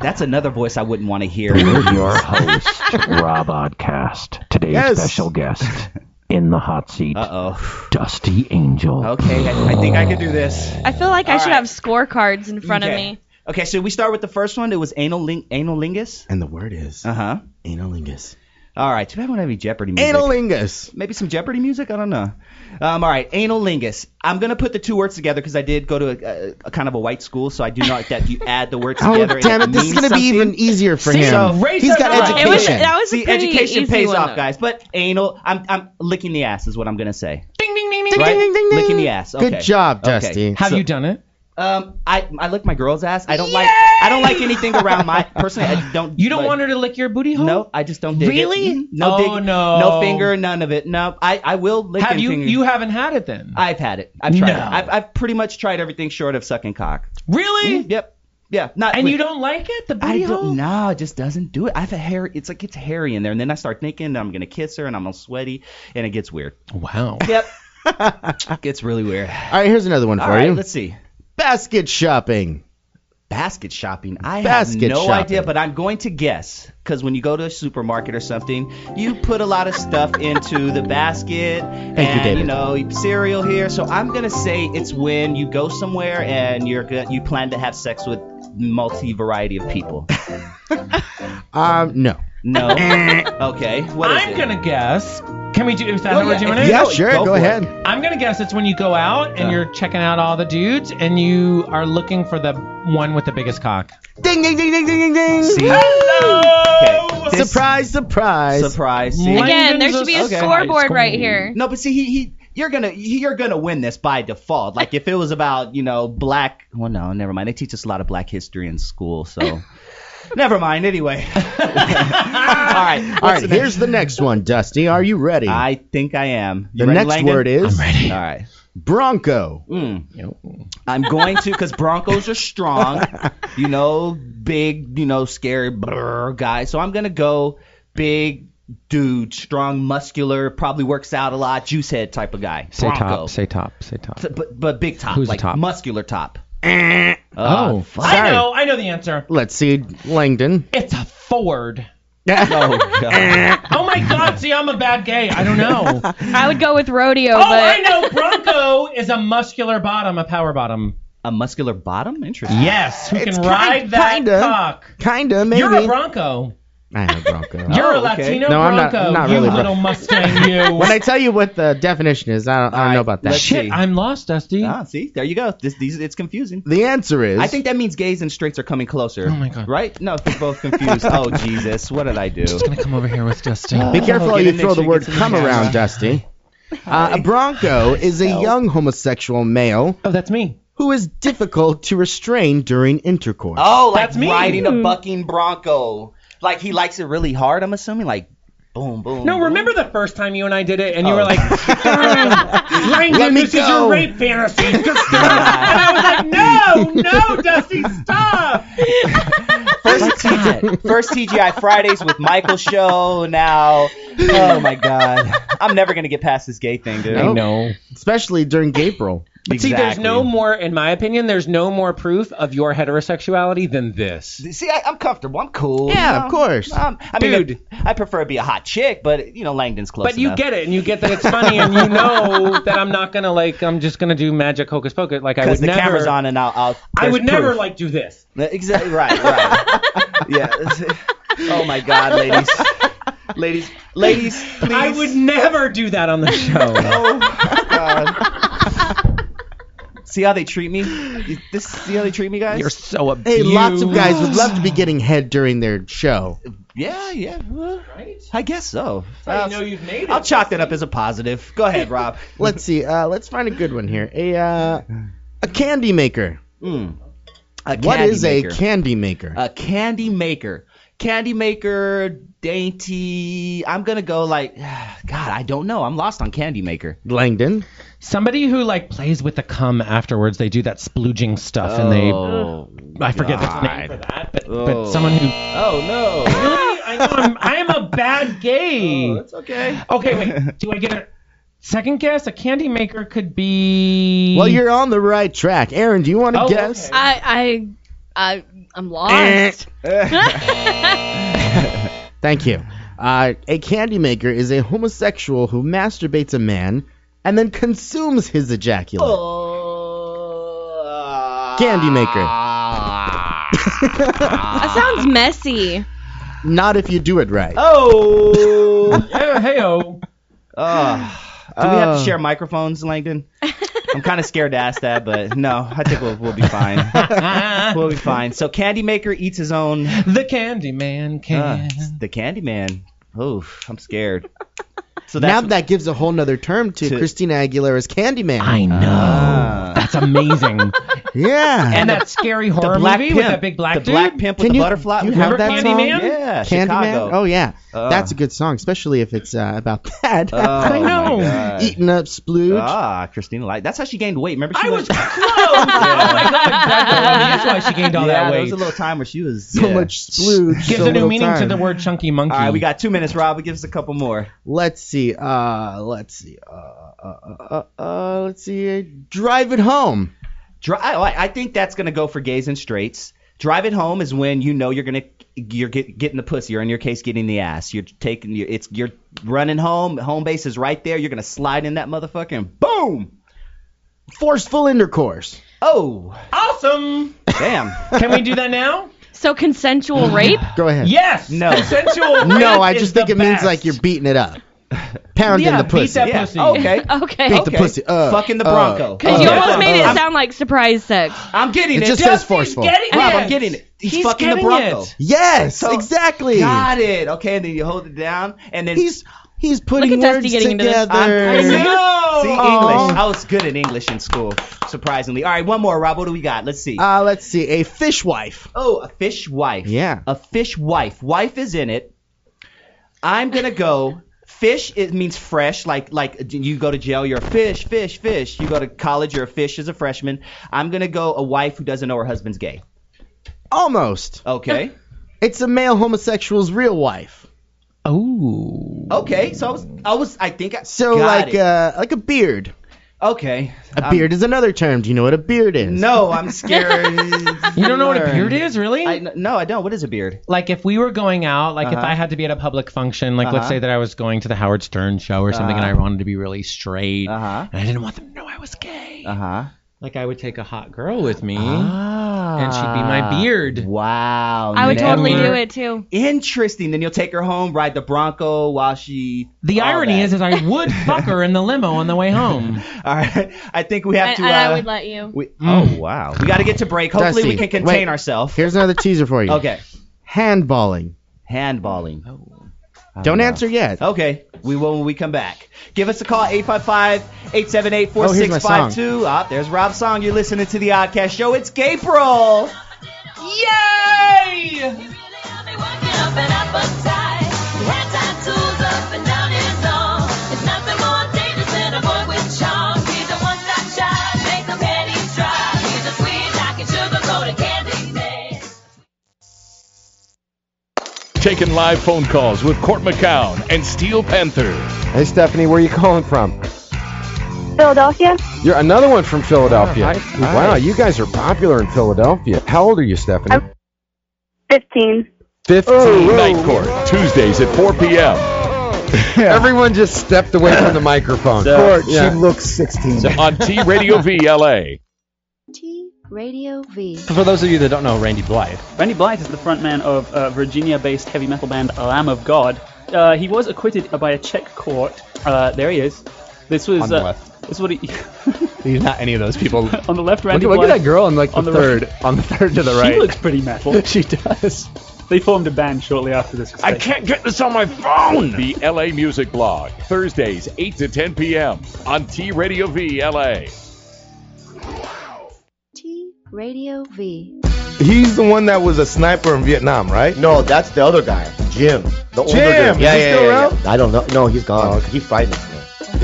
Speaker 3: That's another voice I wouldn't want to hear.
Speaker 20: We're your host, Rob Oddcast. Today's
Speaker 3: Yes.
Speaker 20: special guest in the hot seat,
Speaker 3: Uh-oh.
Speaker 20: Dusty Angel.
Speaker 3: Okay, I, I think I could do this.
Speaker 5: I feel like I
Speaker 3: All
Speaker 5: should
Speaker 3: right.
Speaker 5: have scorecards in front of
Speaker 3: Okay.
Speaker 5: me.
Speaker 3: Okay, should we start with the first one? It was analing- analingus.
Speaker 4: And the word is
Speaker 3: Uh huh.
Speaker 4: analingus.
Speaker 3: All right. Too bad we don't have any Jeopardy music.
Speaker 4: Analingus.
Speaker 3: Maybe some Jeopardy music. I don't know. Um, all right. Analingus. I'm gonna put the two words together because I did go to a, a, a kind of a white school, so I do know that you add the words
Speaker 4: (laughs) Oh
Speaker 3: together.
Speaker 4: damn it! This is gonna be even easier for him.
Speaker 3: uh,
Speaker 4: He's got education.
Speaker 5: that was a
Speaker 3: See,
Speaker 5: pretty
Speaker 3: education
Speaker 5: easy
Speaker 3: pays
Speaker 5: one,
Speaker 3: off,
Speaker 5: though.
Speaker 3: guys. But anal, I'm, I'm licking the ass is what I'm gonna say.
Speaker 13: Ding ding ding
Speaker 3: Right? Licking the ass. Okay.
Speaker 4: Good job,
Speaker 3: Okay.
Speaker 4: Dusty.
Speaker 13: Have you done it?
Speaker 3: Um, I I lick my girl's ass. I don't like I don't like anything around my personally. I don't.
Speaker 13: You don't
Speaker 3: like-
Speaker 13: want her to lick your booty hole?
Speaker 3: No, I just don't dig
Speaker 13: Really?
Speaker 3: it. Mm, No
Speaker 13: Oh,
Speaker 3: dig,
Speaker 13: no.
Speaker 3: No finger, none of it. No, I, I will lick
Speaker 13: Have
Speaker 3: and
Speaker 13: you?
Speaker 3: finger.
Speaker 13: You haven't had it then?
Speaker 3: I've had it. I've tried
Speaker 13: No.
Speaker 3: it. I've, I've pretty much tried everything short of sucking cock. Mm-hmm.
Speaker 13: Really?
Speaker 3: Yep. Yeah. Not
Speaker 13: And
Speaker 3: lick-
Speaker 13: you don't like it? The
Speaker 3: I
Speaker 13: booty hole?
Speaker 3: don't know. It just doesn't do it. I have a hair. It's like it's hairy in there, and then I start thinking I'm gonna kiss her, and I'm all sweaty, and it gets weird.
Speaker 13: Wow.
Speaker 3: Yep. it (laughs) gets really weird.
Speaker 4: All right, here's another one for
Speaker 3: All right,
Speaker 4: you.
Speaker 3: let's see.
Speaker 4: Basket shopping.
Speaker 3: Basket shopping. I
Speaker 4: Basket
Speaker 3: have no
Speaker 4: shopping.
Speaker 3: idea, but I'm going to guess because when you go to a supermarket or something, you put a lot of stuff into the basket
Speaker 4: you,
Speaker 3: and
Speaker 4: David.
Speaker 3: know cereal here. So I'm gonna say it's when you go somewhere and you're go- you plan to have sex with multi variety of
Speaker 4: (laughs)
Speaker 3: people.
Speaker 4: Um, no.
Speaker 3: No. okay. What is
Speaker 13: I'm
Speaker 3: it?
Speaker 13: gonna guess. Can we do? Is that
Speaker 3: Well,
Speaker 13: how we're
Speaker 3: yeah,
Speaker 13: doing
Speaker 3: if
Speaker 13: it?
Speaker 3: you know it, Yeah, sure, go go for ahead. it.
Speaker 13: I'm gonna guess it's when you go out and you're checking out all the dudes and you are looking for the one with the biggest cock.
Speaker 4: Ding ding ding ding ding ding ding.
Speaker 3: See?
Speaker 13: Hello.
Speaker 3: Oh, This-
Speaker 4: Surprise! Surprise!
Speaker 3: Surprise. See?
Speaker 5: Again, there
Speaker 13: Linden's
Speaker 5: should be a
Speaker 13: okay.
Speaker 5: scoreboard right
Speaker 13: Scoring.
Speaker 5: here.
Speaker 3: No, but see, he, he you're gonna he- you're gonna win this by default. Like if it was about you know black, well no, never mind. They teach us a lot of black history in school, (laughs) so never mind. Anyway, (laughs) all right,
Speaker 4: All right, here's the next one, Dusty. Are you ready?
Speaker 3: I think I am. You
Speaker 4: the
Speaker 3: ready,
Speaker 4: next
Speaker 3: Langdon?
Speaker 4: word is
Speaker 3: All right.
Speaker 4: bronco.
Speaker 3: Mm. I'm going to because Broncos
Speaker 13: (laughs)
Speaker 3: are strong, you know, big, you know, scary brr guy. So I'm gonna go big dude, strong, muscular, probably works out a lot, juice head type of guy.
Speaker 13: Say
Speaker 3: Bronco.
Speaker 13: top. Say top. Say top.
Speaker 3: T- but but big top,
Speaker 13: Who's
Speaker 3: like
Speaker 13: top?
Speaker 3: muscular top. Uh,
Speaker 13: oh,
Speaker 3: fuck.
Speaker 13: I
Speaker 4: sorry.
Speaker 13: know. I know the answer.
Speaker 4: Let's see, Langdon.
Speaker 13: It's a
Speaker 4: (laughs)
Speaker 13: Ford.
Speaker 3: Oh, God.
Speaker 13: (laughs) Oh my God! See, I'm a bad gay. I don't know.
Speaker 3: (laughs)
Speaker 13: oh,
Speaker 5: I would go with rodeo,
Speaker 13: I
Speaker 5: but
Speaker 13: know. Bronco (laughs) is a muscular bottom, a power bottom.
Speaker 3: a muscular bottom? Interesting.
Speaker 13: Yes, who
Speaker 4: It's
Speaker 13: can
Speaker 4: kind-
Speaker 13: ride that
Speaker 4: kinda.
Speaker 13: cock?
Speaker 4: Kinda, maybe.
Speaker 13: You're a Bronco.
Speaker 4: I am
Speaker 3: (laughs)
Speaker 4: a
Speaker 13: (laughs)
Speaker 4: Bronco. Oh,
Speaker 13: You're a Latino
Speaker 4: No, I'm not-
Speaker 13: Bronco,
Speaker 4: I'm not,
Speaker 13: you
Speaker 4: really
Speaker 13: little
Speaker 4: Bron- (laughs)
Speaker 13: Mustang, you.
Speaker 4: when I tell you what the definition is, I don't, I don't know about that.
Speaker 13: Shit, I'm lost, Dusty.
Speaker 3: Ah, see, there you go. This, these, it's confusing.
Speaker 4: The answer is
Speaker 3: I think that means gays and straights are coming closer. Oh my god! Right? No, they're
Speaker 13: (laughs)
Speaker 3: both confused. oh Jesus, what did I do?
Speaker 13: just gonna come over here with Dusty.
Speaker 4: Uh,
Speaker 3: Uh,
Speaker 4: Be careful how you
Speaker 3: Get in
Speaker 4: throw
Speaker 3: there,
Speaker 4: the
Speaker 3: she
Speaker 4: word
Speaker 3: gets in the
Speaker 4: "come"
Speaker 3: camera.
Speaker 4: around, Dusty. Uh, a bronco is a young homosexual male.
Speaker 13: Oh, that's me.
Speaker 4: Who is difficult to restrain during intercourse.
Speaker 3: Oh, like
Speaker 13: That's me. Hmm.
Speaker 3: riding a bucking bronco. Like he likes it really hard. I'm assuming. Like boom, boom.
Speaker 13: No, remember the first time you and I did it, and you
Speaker 3: Oh.
Speaker 13: were
Speaker 3: (laughs)
Speaker 13: like, "Mm,
Speaker 3: Let
Speaker 13: "Langdon,
Speaker 3: me
Speaker 13: this is
Speaker 3: go."
Speaker 13: your rape
Speaker 4: (laughs)
Speaker 13: fantasy." Just stop. and I was like, "No, no, Dusty, stop."
Speaker 3: First, TGI, first TGI Fridays with Michael show. Now, oh my god, I'm never gonna get past this gay thing, dude.
Speaker 4: I know. Especially during Gabriel.
Speaker 13: Oh, But See, there's no more, in my opinion, there's no more proof of your heterosexuality than this.
Speaker 3: See, I, I'm comfortable. I'm cool.
Speaker 13: Yeah,
Speaker 3: you know?
Speaker 13: of course.
Speaker 3: Um, I mean,
Speaker 13: Dude.
Speaker 3: I, I prefer to be a hot chick, but you know, Langdon's close.
Speaker 13: But you
Speaker 3: enough.
Speaker 13: get it, and you get that it's funny, and you know that I'm not gonna like, I'm just gonna do magic hocus pocus. Like I would
Speaker 3: because the
Speaker 13: never.
Speaker 3: camera's on, and I'll. I'll
Speaker 13: I would
Speaker 3: there's
Speaker 13: never
Speaker 3: proof.
Speaker 13: like do this.
Speaker 3: Exactly right. Right. (laughs) yeah. Oh my
Speaker 13: (laughs)
Speaker 3: God, ladies, ladies, ladies, please.
Speaker 13: I would never do that on the
Speaker 3: (laughs)
Speaker 13: show.
Speaker 3: See how they treat me? You- This see how they treat me, guys?
Speaker 13: You're so
Speaker 4: Hey, lots of guys would love to be getting head during their show.
Speaker 3: (laughs) Yeah, yeah. well, I guess so.
Speaker 13: I know you've made it.
Speaker 3: I'll chalk that up as a positive. Go ahead, (laughs) Rob.
Speaker 4: Let's see. Uh, let's find a good one here. A uh, a candy maker.
Speaker 3: Mm. A
Speaker 4: what
Speaker 3: candy
Speaker 4: is
Speaker 3: maker.
Speaker 4: a candy maker?
Speaker 13: Uh,
Speaker 3: A candy maker. Candy maker, dainty. I'm gonna go like, (sighs) God, I don't know. I'm lost on candy maker.
Speaker 4: Langdon.
Speaker 13: Somebody who like plays with the cum afterwards. They do that splooging stuff,
Speaker 3: Oh,
Speaker 13: and they. I forget the name for that, but, but someone who.
Speaker 3: Oh no.
Speaker 13: Really? (laughs) I know I'm, I am a
Speaker 4: (laughs)
Speaker 13: bad gay.
Speaker 3: Oh, That's okay.
Speaker 13: Okay, wait. Do I get a second guess? A candy maker could be.
Speaker 4: Well, you're on the right track. Aaron, do you want to
Speaker 13: Oh,
Speaker 4: guess?
Speaker 5: I I I I'm
Speaker 4: Eh.
Speaker 5: lost. (laughs)
Speaker 4: Thank you. Uh, a candy maker is a homosexual who masturbates a man and then consumes his ejaculate. Candy
Speaker 3: (laughs)
Speaker 4: maker.
Speaker 5: that
Speaker 4: (laughs)
Speaker 5: sounds messy.
Speaker 4: Not if you do it right.
Speaker 3: (laughs) Oh. Ah.
Speaker 13: hey, oh.
Speaker 3: do we have to
Speaker 4: Oh.
Speaker 3: share microphones, Langdon? I'm kind of scared to ask that, but no, I think we'll, we'll
Speaker 13: (laughs)
Speaker 3: be fine. we'll be fine. So, Candy Maker eats his own.
Speaker 13: The candy man
Speaker 3: Uh,
Speaker 13: can.
Speaker 3: the Candy Man. Oof, I'm scared. So
Speaker 4: now
Speaker 3: that's
Speaker 4: that gives a whole nother term to,
Speaker 3: To-
Speaker 4: Christina Aguilera's Candyman.
Speaker 13: I know. That's amazing. and,
Speaker 4: (laughs) Yeah.
Speaker 13: that Ah. scary horror
Speaker 3: black
Speaker 13: movie with
Speaker 3: pimp.
Speaker 13: that big black
Speaker 3: The
Speaker 13: dude.
Speaker 3: black pimp with
Speaker 4: Can
Speaker 3: the
Speaker 4: you-
Speaker 3: butterfly.
Speaker 4: you
Speaker 3: Remember
Speaker 4: have that
Speaker 3: Candy
Speaker 4: song?
Speaker 3: Man? Yeah, Chicago.
Speaker 4: Candyman? Oh, yeah.
Speaker 3: Uh.
Speaker 4: That's a good song, especially if it's uh, about that.
Speaker 3: Oh, I know. my God.
Speaker 4: Eating up splooge.
Speaker 3: Ah, Christina Light. That's how she gained weight. Remember she
Speaker 13: I was
Speaker 3: was.
Speaker 13: close. Oh my god, exactly. That's why she gained all
Speaker 3: yeah,
Speaker 13: that
Speaker 3: There
Speaker 13: weight.
Speaker 3: was a little time where she was
Speaker 4: so
Speaker 3: yeah.
Speaker 4: much splooge.
Speaker 13: Gives
Speaker 4: so
Speaker 13: a new
Speaker 4: little
Speaker 13: meaning to
Speaker 4: time.
Speaker 13: the word chunky monkey.
Speaker 3: All right, we got two minutes, Rob. Give us a couple more.
Speaker 4: Let's see. Uh, let's see. Uh, uh, uh, uh, let's see. Drive it home.
Speaker 3: Dri oh, I I think that's gonna go for gays and straights. Drive it home is when you know you're gonna you're get, getting the pussy, or in your case, getting the ass. You're taking your it's you're running home. Home base is right there. You're gonna slide in that motherfucker and boom.
Speaker 4: Forceful intercourse.
Speaker 3: Oh,
Speaker 13: Awesome.
Speaker 3: damn.
Speaker 13: Can we do that now?
Speaker 5: So consensual rape?
Speaker 4: (laughs) Go ahead.
Speaker 13: Yes.
Speaker 3: No.
Speaker 13: Consensual.
Speaker 4: (laughs) No,
Speaker 13: rape
Speaker 4: I
Speaker 13: is
Speaker 4: just think
Speaker 13: the
Speaker 4: it means
Speaker 13: best.
Speaker 4: like you're beating it up. Pounding
Speaker 13: Yeah,
Speaker 4: the
Speaker 13: beat
Speaker 4: pussy.
Speaker 13: that
Speaker 3: Yeah.
Speaker 13: pussy.
Speaker 3: Okay.
Speaker 5: (laughs) Okay.
Speaker 4: Beat
Speaker 5: Because
Speaker 4: the
Speaker 3: Okay.
Speaker 4: pussy. Uh,
Speaker 3: Fucking the
Speaker 4: uh,
Speaker 3: Bronco.
Speaker 4: uh,
Speaker 5: you almost made
Speaker 4: uh.
Speaker 5: it sound like surprise sex.
Speaker 3: I'm getting
Speaker 4: It
Speaker 3: it.
Speaker 4: just says forceful.
Speaker 13: getting
Speaker 3: Rob,
Speaker 13: it.
Speaker 3: I'm getting it. He's,
Speaker 13: He's
Speaker 3: fucking the
Speaker 13: getting
Speaker 3: Bronco.
Speaker 13: it.
Speaker 4: Yes,
Speaker 3: So-
Speaker 4: exactly.
Speaker 3: Got it. Okay, and then you hold it down, and then
Speaker 4: He's he's putting
Speaker 5: Look at Dusty
Speaker 4: words
Speaker 5: getting into this.
Speaker 4: together. Oh.
Speaker 3: I'm- I
Speaker 13: No. Oh.
Speaker 3: See
Speaker 4: Aw.
Speaker 3: English. I was good in English in school, surprisingly. All right, one more, Rob. What do we got? Let's see.
Speaker 4: Uh, let's see. A fishwife.
Speaker 3: oh, a fish wife.
Speaker 4: Yeah.
Speaker 3: A fish wife. Wife is in it. I'm gonna go. (laughs) Fish it means fresh, like like you go to jail, you're a fish, fish, fish. You go to college, you're a fish as a freshman. I'm gonna go a wife who doesn't know her husband's gay.
Speaker 4: Almost.
Speaker 3: Okay.
Speaker 4: (laughs) It's a male homosexual's real wife.
Speaker 13: Oh.
Speaker 3: Okay. So I was I was I think I
Speaker 4: So
Speaker 3: got
Speaker 4: like
Speaker 3: it.
Speaker 4: uh like a beard.
Speaker 5: (laughs)
Speaker 3: okay.
Speaker 4: A
Speaker 3: I'm-
Speaker 4: beard is another term. Do you know what a beard is?
Speaker 3: No, I'm
Speaker 4: (laughs)
Speaker 3: scared.
Speaker 13: You don't know what a beard is, really?
Speaker 3: I, no, I don't. What is a beard?
Speaker 13: like if we were going out, like if
Speaker 3: Uh-huh.
Speaker 13: I had to be at a public function, like let's
Speaker 3: Uh-huh.
Speaker 13: say that I was going to the Howard Stern show or something, and I
Speaker 3: Uh-huh.
Speaker 13: wanted to be really straight,
Speaker 3: Uh huh.
Speaker 13: and I didn't want them to know I was gay.
Speaker 3: Uh huh.
Speaker 13: Like I would take a hot girl with me, and she'd be
Speaker 3: Ah.
Speaker 13: my beard.
Speaker 3: Wow.
Speaker 5: I would totally
Speaker 3: never-
Speaker 5: do it too.
Speaker 3: Interesting. Then you'll take her home, ride the Bronco while she.
Speaker 13: The
Speaker 3: all
Speaker 13: irony is,
Speaker 3: that.
Speaker 13: is (laughs)
Speaker 3: (laughs)
Speaker 13: I would fuck her in the limo on the way home.
Speaker 3: All right. I think we have
Speaker 5: And,
Speaker 3: to.
Speaker 5: and I
Speaker 3: uh,
Speaker 5: would let you.
Speaker 3: we,
Speaker 13: Mm.
Speaker 3: oh wow. We got to get to break. Hopefully we
Speaker 4: Dusty,
Speaker 3: can contain
Speaker 4: wait.
Speaker 3: ourselves.
Speaker 4: Here's another teaser for you.
Speaker 3: Okay.
Speaker 4: Handballing.
Speaker 3: Handballing. Oh.
Speaker 4: Don't answer yet.
Speaker 3: Okay, we will when we come back. Give us a call,
Speaker 4: Oh,
Speaker 3: 855-878-4652. Ah, there's Rob's song. You're listening to the Oddcast Show. It's Gabriel. Yay!
Speaker 9: Taking live phone calls with Court McCown and Steel Panther.
Speaker 10: Hey, Stephanie, where are you calling from?
Speaker 21: Philadelphia,
Speaker 10: You're another one from Philadelphia.
Speaker 21: All right, all
Speaker 10: Wow,
Speaker 21: right.
Speaker 10: you guys are popular in Philadelphia. How old are you, Stephanie?
Speaker 21: 15.
Speaker 10: 15.
Speaker 9: Night Court, Tuesdays at 4 (laughs) p.m.
Speaker 10: Everyone just stepped away from the microphone.
Speaker 9: So- Court, she
Speaker 10: looks 16.
Speaker 9: on T Radio VLA.
Speaker 1: Radio V.
Speaker 22: For those of you that don't know Randy Blythe, Randy Blythe is the frontman of uh, Virginia based heavy metal band Lamb of God. Uh, he was acquitted by a Czech court. Uh, there he is. This was.
Speaker 11: On
Speaker 22: uh,
Speaker 11: the left.
Speaker 22: This is what he. (laughs)
Speaker 11: He's not any of those people.
Speaker 22: on the left,
Speaker 11: look,
Speaker 22: Randy
Speaker 11: look at
Speaker 22: Blythe.
Speaker 11: that girl on like the,
Speaker 22: on the
Speaker 11: third,
Speaker 22: right.
Speaker 11: on the third to the right.
Speaker 22: She looks pretty
Speaker 11: (laughs)
Speaker 22: metal.
Speaker 11: she does.
Speaker 22: They formed a band shortly after this.
Speaker 9: I can't get this on my phone. The LA Music Blog, Thursdays 8 to 10 p.m. on T Radio (laughs) VLA.
Speaker 1: Radio V.
Speaker 23: He's the one that was a sniper in Vietnam, right? No, that's the other guy, Jim. The
Speaker 24: older
Speaker 23: Jim,
Speaker 24: dude. Yeah,
Speaker 23: is he
Speaker 24: yeah,
Speaker 23: still
Speaker 24: yeah,
Speaker 23: around? Oh,
Speaker 24: yeah. I don't know. No, he's gone. He frightens me.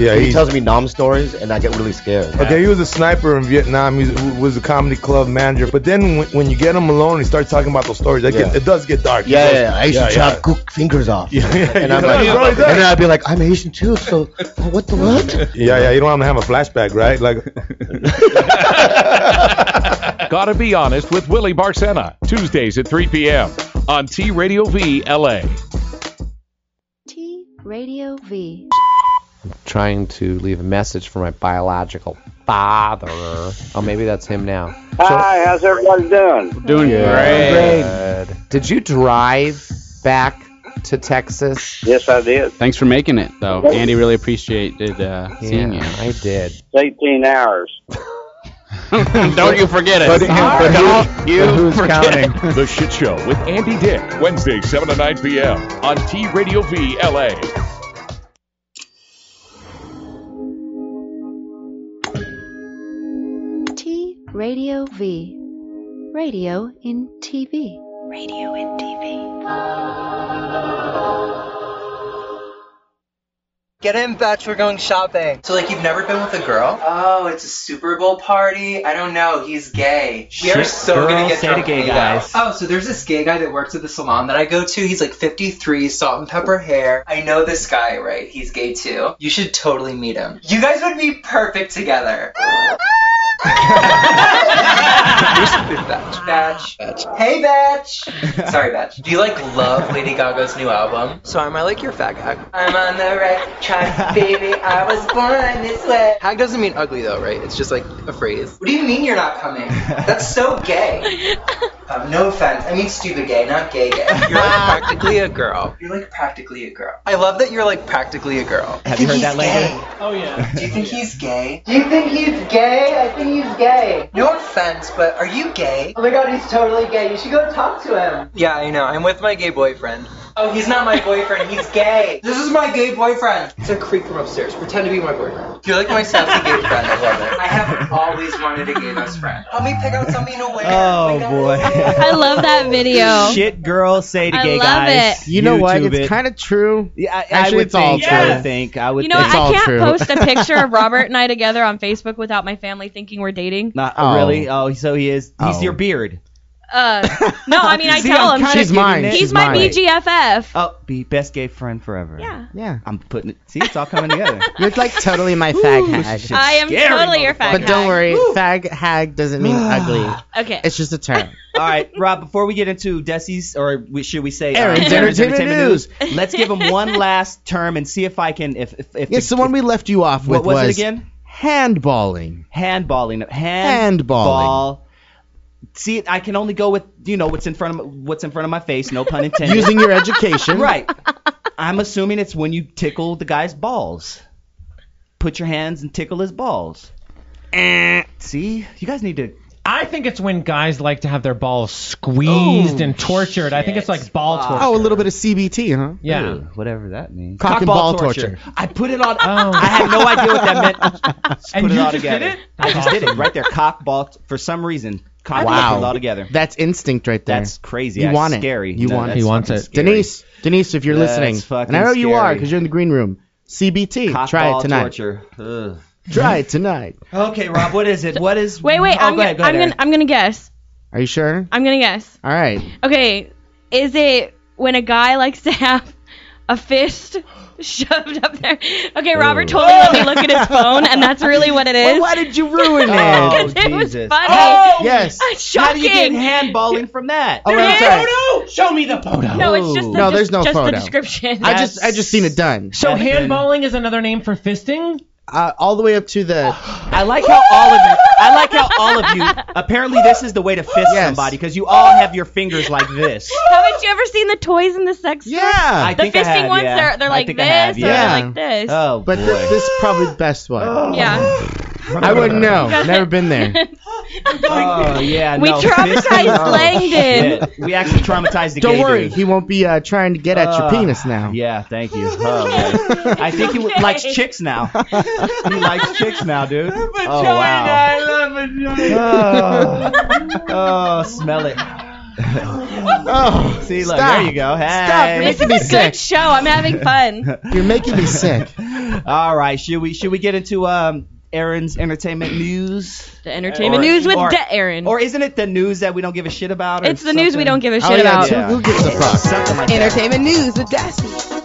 Speaker 23: Yeah,
Speaker 24: he,
Speaker 23: he-
Speaker 24: tells me nom stories, and I get really scared.
Speaker 23: Okay, he was a sniper in Vietnam. He was- was a comedy club manager. But then when, when you get him alone, he starts talking about those stories. That get,
Speaker 24: Yeah.
Speaker 23: it does get dark.
Speaker 24: Yeah,
Speaker 23: It
Speaker 24: yeah,
Speaker 23: does-
Speaker 24: yeah. I used to chop cook fingers off. Yeah, yeah, and I'm
Speaker 23: (laughs) yeah,
Speaker 24: like,
Speaker 23: yeah, bro, he
Speaker 24: and
Speaker 23: does.
Speaker 24: then I'd be like, I'm Asian too, so (laughs) what the what?
Speaker 23: Yeah, yeah. You don't want him to have a flashback, right? Like,
Speaker 9: Gotta be honest with Willie Barcena, Tuesdays at 3 p.m. on T Radio VLA.
Speaker 1: Radio V.
Speaker 25: trying to leave a message for my biological father. Oh, maybe that's him now.
Speaker 26: Hi, how's everybody doing?
Speaker 25: Did you drive back to Texas?
Speaker 26: Yes, I did.
Speaker 27: Thanks for making it, though. Andy really appreciated uh, seeing you. I did.
Speaker 26: It's 18 hours.
Speaker 9: (laughs) Don't you forget
Speaker 26: it.
Speaker 9: But,
Speaker 26: Sorry.
Speaker 9: don't you
Speaker 26: But who's
Speaker 9: forget it.
Speaker 26: counting?
Speaker 9: The Shit Show with Andy Dick, Wednesday, 7 to 9 p.m. on T Radio VLA.
Speaker 1: T Radio V. Radio in TV. Radio in
Speaker 28: Get in, Batch. We're going shopping. So, like, you've never been with a girl? Oh, it's a Super Bowl party. I don't know. He's gay. we are
Speaker 3: Shit,
Speaker 28: so
Speaker 3: girl,
Speaker 28: gonna get
Speaker 3: say to
Speaker 28: drunk
Speaker 3: gay
Speaker 28: later.
Speaker 3: guys.
Speaker 28: Oh, so there's this gay guy that works at the salon that I go to. He's like 53, salt and pepper hair. I know this guy, right? He's gay too. You should totally meet him. You guys would be perfect (laughs) together. Batch, Batch, Batch. Hey, Batch. Sorry, Batch. Do you like love Lady Gaga's new album? So am I like your fag hag? I'm on the right track, baby. I was born this way. Hag doesn't mean ugly though, right? It's just like a phrase. What do you mean you're not coming? That's so
Speaker 29: (laughs)
Speaker 28: gay. Um, no offense. I mean stupid gay, not gay gay. (laughs) You're like practically a girl. You're like practically a girl. I love that you're like practically a girl.
Speaker 3: Have you heard that language?
Speaker 28: Oh yeah. (laughs) Do you think he's gay? Do you think he's gay? I think he's gay. No offense, but are you gay?
Speaker 29: Oh my god, he's totally gay. You should go talk to him.
Speaker 28: Yeah, I know. I'm with my gay boyfriend. Oh, he's not my boyfriend. He's gay. (laughs) This is my gay boyfriend. It's a creep from upstairs. Pretend to be my boyfriend. You're like my sassy gay friend. I love it. I have always wanted a gay best friend. Help me pick out something to wear.
Speaker 3: Oh boy.
Speaker 5: (laughs) I love that video.
Speaker 3: Shit, girl, say to
Speaker 5: I
Speaker 3: gay
Speaker 5: love
Speaker 3: guys.
Speaker 5: it.
Speaker 4: You know what?
Speaker 3: YouTube
Speaker 4: It's
Speaker 3: it.
Speaker 4: kind of true.
Speaker 3: Yeah, I,
Speaker 4: Actually,
Speaker 3: would
Speaker 4: it's all
Speaker 3: think, I
Speaker 4: true.
Speaker 3: would think. I would
Speaker 5: You know,
Speaker 3: think.
Speaker 5: I can't post
Speaker 4: (laughs)
Speaker 5: a picture of Robert and I together on Facebook without my family thinking we're dating.
Speaker 3: Not
Speaker 4: Oh.
Speaker 3: really. Oh, so he is. He's
Speaker 4: Oh.
Speaker 3: your beard.
Speaker 5: Uh, no, I
Speaker 3: (laughs)
Speaker 5: mean I
Speaker 3: See,
Speaker 5: tell
Speaker 3: I'm
Speaker 5: him
Speaker 3: kinda
Speaker 5: he's
Speaker 3: getting it.
Speaker 5: He's
Speaker 3: She's
Speaker 5: my
Speaker 3: mine.
Speaker 5: BGFF.
Speaker 3: Oh, be best gay friend forever.
Speaker 5: Yeah.
Speaker 4: Yeah.
Speaker 3: I'm putting it. See, it's all coming
Speaker 4: (laughs)
Speaker 3: together.
Speaker 4: You're like totally my fag hag.
Speaker 5: I am totally your fag.
Speaker 4: But don't
Speaker 5: hag.
Speaker 4: worry, fag hag doesn't mean ugly.
Speaker 5: (sighs) Okay.
Speaker 4: It's just a term.
Speaker 3: All right, Rob. Before we get into Desi's, or we, should we say uh,
Speaker 4: Aaron's
Speaker 3: Aaron's
Speaker 4: entertainment
Speaker 3: news, let's give him one last term and see if I can. If if, if
Speaker 4: Yes, the one we left you off with
Speaker 3: What was it
Speaker 4: was
Speaker 3: again?
Speaker 4: handballing.
Speaker 3: Handballing.
Speaker 4: Handballing.
Speaker 3: Handball. See, I can only go with you know what's in front of what's in front of my face. No pun intended.
Speaker 4: Using your
Speaker 3: (laughs)
Speaker 4: education.
Speaker 3: right. I'm assuming it's when you tickle the guy's balls. Put your hands and tickle his balls.
Speaker 4: Eh.
Speaker 3: See, you guys need to.
Speaker 13: I think it's when guys like to have their balls squeezed
Speaker 3: Oh,
Speaker 13: and tortured. I think it's like ball torture.
Speaker 4: Oh, a little bit of CBT, huh? (laughs)
Speaker 13: Yeah.
Speaker 3: whatever that means.
Speaker 4: Cock, and ball, torture.
Speaker 3: I put it on. I had no idea what
Speaker 4: (laughs)
Speaker 3: that meant. (laughs) Just
Speaker 13: Oh. And
Speaker 3: put it
Speaker 13: you
Speaker 3: all
Speaker 13: just did
Speaker 3: together.
Speaker 13: it?
Speaker 3: I
Speaker 13: That's
Speaker 3: just did it
Speaker 13: awesome.
Speaker 3: right there. Cock ball. t- for some reason, cock ball put it all together.
Speaker 4: That's instinct right there.
Speaker 3: That's crazy.
Speaker 4: You
Speaker 3: That's
Speaker 4: want it.
Speaker 3: scary.
Speaker 4: You
Speaker 3: No,
Speaker 4: want it.
Speaker 3: that's He wants fucking it. scary.
Speaker 4: Denise, Denise, if you're
Speaker 3: That's
Speaker 4: listening,
Speaker 3: fucking
Speaker 4: and I know you are
Speaker 3: scary.
Speaker 4: because you're in the green room. CBT.
Speaker 3: Cock
Speaker 4: Try
Speaker 3: ball
Speaker 4: it tonight.
Speaker 3: Torture. Ugh.
Speaker 4: Try it tonight.
Speaker 3: Okay, Rob. What is it? What is?
Speaker 5: (laughs) Wait, wait.
Speaker 3: Oh,
Speaker 5: I'm,
Speaker 3: go
Speaker 5: gonna,
Speaker 3: ahead, go
Speaker 5: I'm
Speaker 3: ahead,
Speaker 5: gonna I'm gonna guess.
Speaker 4: Are you sure?
Speaker 5: I'm gonna guess.
Speaker 4: All right.
Speaker 5: Okay, is it when a guy likes to have a fist (laughs) shoved up there? Okay, Robert
Speaker 3: Ooh.
Speaker 5: told me let me look at his phone, and that's really what it is.
Speaker 4: Well, why did
Speaker 5: (laughs)
Speaker 4: you ruin it?
Speaker 3: Oh,
Speaker 5: It was
Speaker 3: Jesus.
Speaker 5: funny.
Speaker 3: Oh,
Speaker 4: Yes.
Speaker 3: How do you get
Speaker 5: Shocking.
Speaker 3: handballing from that?
Speaker 4: Oh, I'm sorry.
Speaker 5: photo.
Speaker 3: Show me the photo.
Speaker 5: No, it's just the,
Speaker 4: No,
Speaker 5: just-
Speaker 4: there's no
Speaker 5: just
Speaker 4: photo.
Speaker 5: the description.
Speaker 4: I just I just seen it done.
Speaker 13: So handballing is another name for fisting?
Speaker 4: uh, all the way up to the.
Speaker 3: (gasps) I like how all of you. I like how all
Speaker 5: (laughs)
Speaker 3: of you. Apparently, this is the way to fist somebody because you all have your fingers
Speaker 5: (laughs)
Speaker 3: like this.
Speaker 5: Haven't you ever seen the toys in the sex? store?
Speaker 3: I
Speaker 5: the
Speaker 3: think I
Speaker 5: fisting
Speaker 3: have,
Speaker 5: ones.
Speaker 3: yeah.
Speaker 5: They're they're
Speaker 3: I
Speaker 5: like
Speaker 3: think
Speaker 5: this.
Speaker 3: I have,
Speaker 5: or
Speaker 3: yeah.
Speaker 5: they're like this.
Speaker 3: Oh
Speaker 4: But
Speaker 3: boy.
Speaker 4: this, this is probably the best one. (laughs)
Speaker 5: Yeah.
Speaker 4: I
Speaker 5: (laughs)
Speaker 3: (laughs)
Speaker 4: wouldn't know. (laughs) Never been there.
Speaker 3: Oh yeah.
Speaker 5: We
Speaker 3: no,
Speaker 5: traumatized
Speaker 3: fisting- (laughs)
Speaker 5: Langdon.
Speaker 3: Yeah, we actually traumatized the
Speaker 4: Don't
Speaker 3: gay
Speaker 4: worry,
Speaker 3: dude.
Speaker 4: he won't be uh, trying to get at your
Speaker 3: Uh,
Speaker 4: penis now.
Speaker 3: Yeah, thank
Speaker 4: (laughs)
Speaker 3: you. Oh, man. I think he w-
Speaker 5: Okay.
Speaker 3: likes chicks now. he likes chicks now, dude. Oh wow.
Speaker 5: I love
Speaker 3: (laughs)
Speaker 28: (laughs)
Speaker 3: Oh, oh, smell it.
Speaker 4: Oh,
Speaker 3: (laughs) See, look,
Speaker 4: Stop.
Speaker 3: there you go. Hey.
Speaker 4: Stop, you're
Speaker 5: This is a
Speaker 4: making me
Speaker 5: good
Speaker 4: sick.
Speaker 5: show. I'm
Speaker 4: (laughs)
Speaker 5: having fun.
Speaker 4: You're making me sick.
Speaker 3: (laughs) All right, should we should we get into um Aaron's entertainment news?
Speaker 5: The entertainment
Speaker 3: Or-
Speaker 5: news with
Speaker 3: or-
Speaker 5: De- Aaron.
Speaker 3: Or isn't it the news that we don't give a shit about? Or
Speaker 5: It's the news we
Speaker 3: something?
Speaker 5: don't give a Oh, shit yeah, about.
Speaker 4: who- who gives a fuck?
Speaker 3: Something like that.
Speaker 18: Entertainment news with Desi.